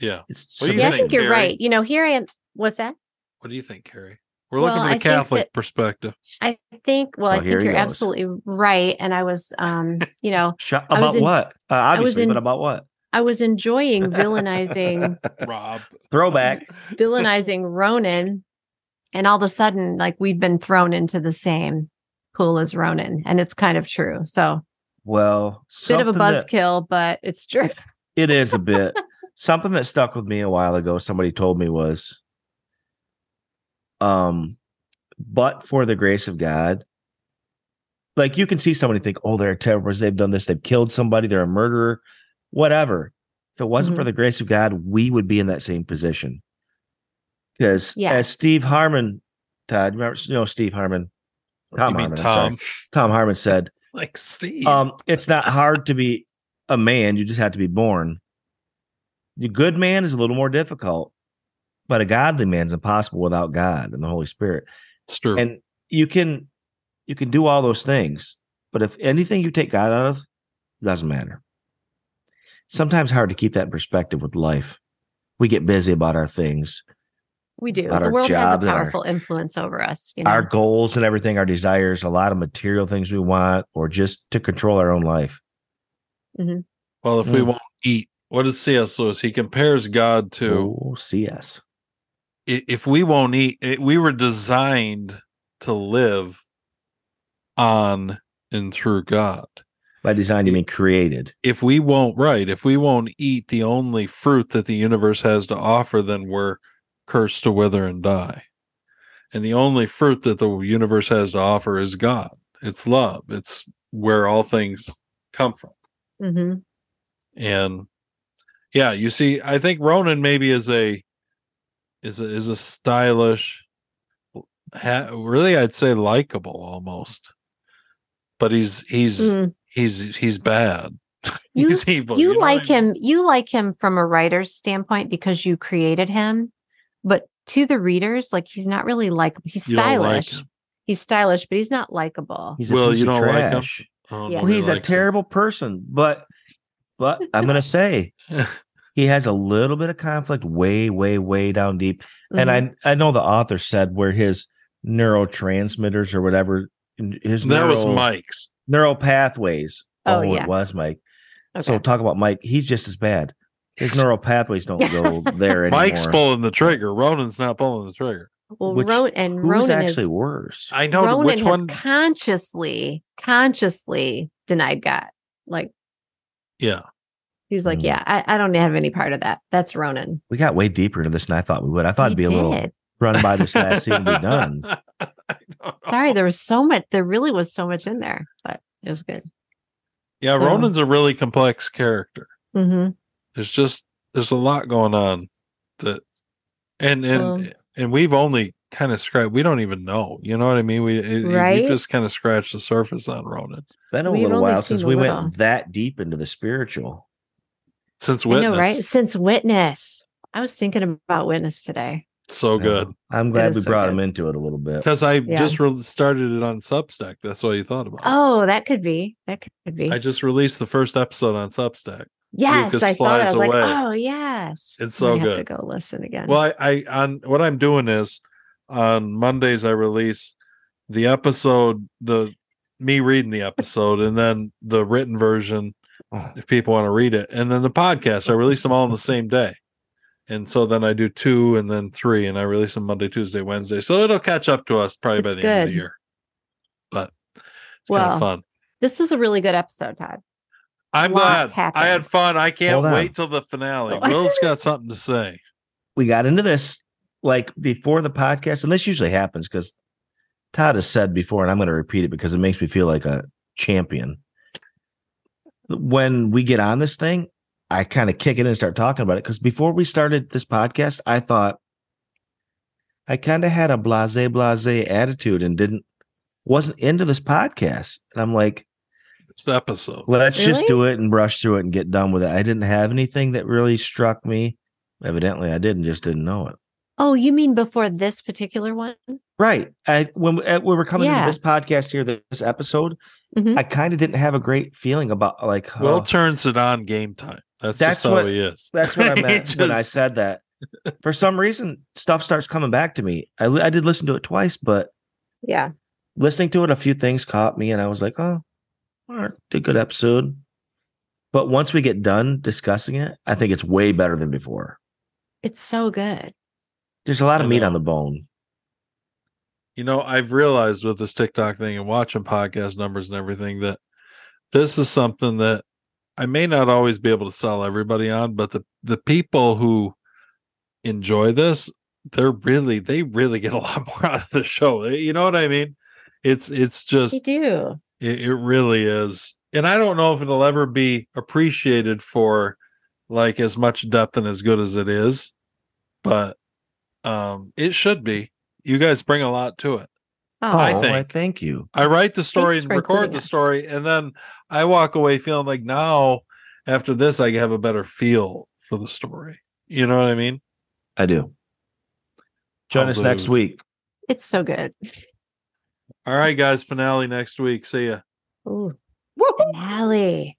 A: yeah
C: It's
A: What do you
B: yeah, I
A: think,
B: think you're
A: Mary?
B: right. You know, here I am. What's that?
A: what do you think carrie we're
B: Well,
A: looking for
B: I
A: the
B: think
A: catholic
B: that-
A: perspective
B: I think. Well,
C: Well,
B: I
C: here
B: think
C: he
B: you're
C: goes.
B: absolutely right. And I was, um, you know,
C: Sh- about
B: I was in-
C: what? Uh,
B: was
C: obviously,
B: in-
C: but about what?
B: I was enjoying villainizing
A: rob
C: Throwback.
B: villainizing Ronan, and all of a sudden, like we've been thrown into the same pool as Ronan, and it's kind of true. So,
C: Well,
B: bit of a
C: something that-
B: buzzkill, but it's true.
C: It is a bit. Something that stuck with me a while ago, somebody told me was um but for the grace of God. Like you can see somebody think, oh, they're terrorists, they've done this, they've killed somebody, they're a murderer, whatever. If it wasn't for the grace of God, we would be in that same position. Because
B: Yeah.
C: as Steve Harmon, Todd, remember, you know Steve Harmon, Tom
A: you mean
C: Harmon, I'm sorry.
A: tom
C: Tom Harmon said,
A: like steve
C: um, it's not hard to be a man. You just have to be born. The good man is a little more difficult, but a godly man is impossible without God and the Holy Spirit.
A: it's true
C: And you can you can do all those things, but if anything you take God out of, doesn't matter. Sometimes hard to keep that in perspective with life. We get busy about our things,
B: We do.
C: About
B: The
C: our
B: world
C: job
B: has a
C: and our-
B: powerful influence over us. You know,
C: our goals and everything, our desires, a lot of material things we want, or just to control our own life.
A: Well, if we
C: Mm.
A: won't eat, what does C.S. Lewis? He compares God to
C: Oh, CS.
A: i if we won't eat, i we were designed to live on and through God.
C: By design, you mean created.
A: If we won't, right, if we won't eat the only fruit that the universe has to offer, then we're cursed to wither and die. And the only fruit that the universe has to offer is God. It's love, it's where all things come from.
B: hmm
A: and yeah you see i think ronan maybe is a is a is a stylish ha- really i'd say
C: Mm-hmm.
A: likable almost but he's he's he's he's bad
B: Mm. You
A: He's evil.
B: you
A: know what I
B: like
A: mean?
B: him you like him from a writer's standpoint because you created him but to the readers like he's not really likable he's
A: You don't like
B: stylish
A: him.
B: he's stylish but he's not likable
C: He's a
A: Well,
C: piece
A: you
C: of
A: don't like him?
C: trash.
A: I don't
B: Yeah.
A: know if
C: Well,
A: he
C: he's a
A: likes him.
C: terrible person, but but I'm gonna say he has a little bit of conflict way, way, way down deep. And
A: Mm-hmm.
B: Mhm.
C: I I know the author said where his neurotransmitters or whatever his
A: That was
C: neural-
A: Mike's.
C: neural pathways.
B: Oh,
C: it
B: yeah.
C: was Mike. So
B: Okay.
C: talk about Mike. He's just as bad. His neural pathways don't go there anymore.
A: Mike's pulling the trigger. Ronan's not pulling the trigger.
B: well
C: which-
B: Ron- and
C: Who's
B: Ronan
C: actually
B: is
C: worse?
A: I know
B: Ronan
A: which
B: has
A: one.
B: consciously consciously denied God like
A: yeah.
B: he's like
C: Mm.
B: yeah I, I don't have any part of that that's Ronan
C: we got way deeper into this than I thought we would. I thought
B: You
C: it'd be a little
B: did.
C: run by this last scene and be done.
A: I don't know.
B: sorry there was so much there really was so much in there but it was good
A: Yeah,
B: so-
A: Ronan's a really complex character.
B: hmm
A: There's just there's a lot going on that and and
B: Well-
A: and we've only kind of scratched we don't even know. You know what I mean? We it-
B: Right?
A: we just kind of scratched the surface on Ronan.
C: Been a
B: We've
C: little
B: only
C: while
B: seen
C: since
B: a
C: we
B: little.
C: went that deep into the spiritual.
A: Since
B: I
A: witness.
B: know right since witness I was thinking about witness today
A: So
C: Yeah.
A: Oh, good.
C: I'm glad
B: is
C: we
B: so
C: brought
B: good.
C: him into it a little bit.
A: Because I
B: Yeah.
A: just re- started it on Substack. That's why you thought about it.
B: Oh, that could be. That could be.
A: I just released the first episode on Substack.
B: yes,
A: Lucas
B: I saw it. I
A: flies
B: was like,
A: away.
B: oh yes.
A: It's
B: I
A: so
B: have to
A: good.
B: go listen again.
A: Well, I, I on what I'm doing is on Mondays I release the episode, the me reading the episode, and then the written version
C: Oh.
A: if people want to read it, and then the podcast. I release them all on the same day, and so then I do two and then three, and I release them Monday, Tuesday, Wednesday. So it'll catch up to us probably by
B: It's
A: the end of the
B: good.
A: year. But it's kind
B: Well,
A: of fun.
B: this was a really good episode, Todd.
A: I'm glad
B: lots
A: I had
B: happened. Oh.
A: fun. I can't
C: Hold on.
A: wait till the finale. Will's got something to say.
C: We got into this like before the podcast, and this usually happens because Todd has said before, and I'm going to repeat it because it makes me feel like a champion. When we get on this thing, I kind of kick it in and start talking about it because before we started this podcast, I thought I kind of had a blase blase attitude and didn't wasn't into this podcast, and I'm like.
A: It's the episode.
C: Let's just
B: Really?
C: do it and brush through it and get done with it. I didn't have anything that really struck me. Evidently, I didn't just didn't know it.
B: Oh, you mean before this particular one?
C: Right. I when we, uh, we were coming
B: Yeah.
C: to this podcast here, this episode,
B: Mhm.
C: I kind of didn't have a great feeling about like.
A: Will
C: oh,
A: turns it on game time. That's,
C: That's
A: just how
C: what-
A: he is.
C: that's what I
A: He
C: meant when I
A: just-
C: said that. For some reason, stuff starts coming back to me. I li- I did listen to it twice, but
B: Yeah.
C: listening to it, a few things caught me, and I was like, oh, all right, did good episode. But once we get done discussing it, I think it's way better than before.
B: It's so good.
C: There's a lot of
A: I
C: meat
A: know.
C: on the bone.
A: You know, I've realized with this TikTok thing and watching podcast numbers and everything that this is something that I may not always be able to sell everybody on, but the the people who enjoy this, they're really they really get a lot more out of the show. Eh, You know what I mean? It's it's just
B: You do.
A: It, it really is. And I don't know if it'll ever be appreciated for like as much depth and as good as it is, but um it should be. You guys bring a lot to it.
B: Oh,
A: I think-
C: thank you.
A: I write the story
B: Thanks
A: and
B: for
A: record
B: including
A: the
B: us.
A: story, and then I walk away feeling like now after this I have a better feel for the story. You know what I mean?
C: I do. Join us next
A: Unbelievable.
C: week.
B: it's so good.
A: All right, guys, finale next week. See ya.
B: Ooh. Finale.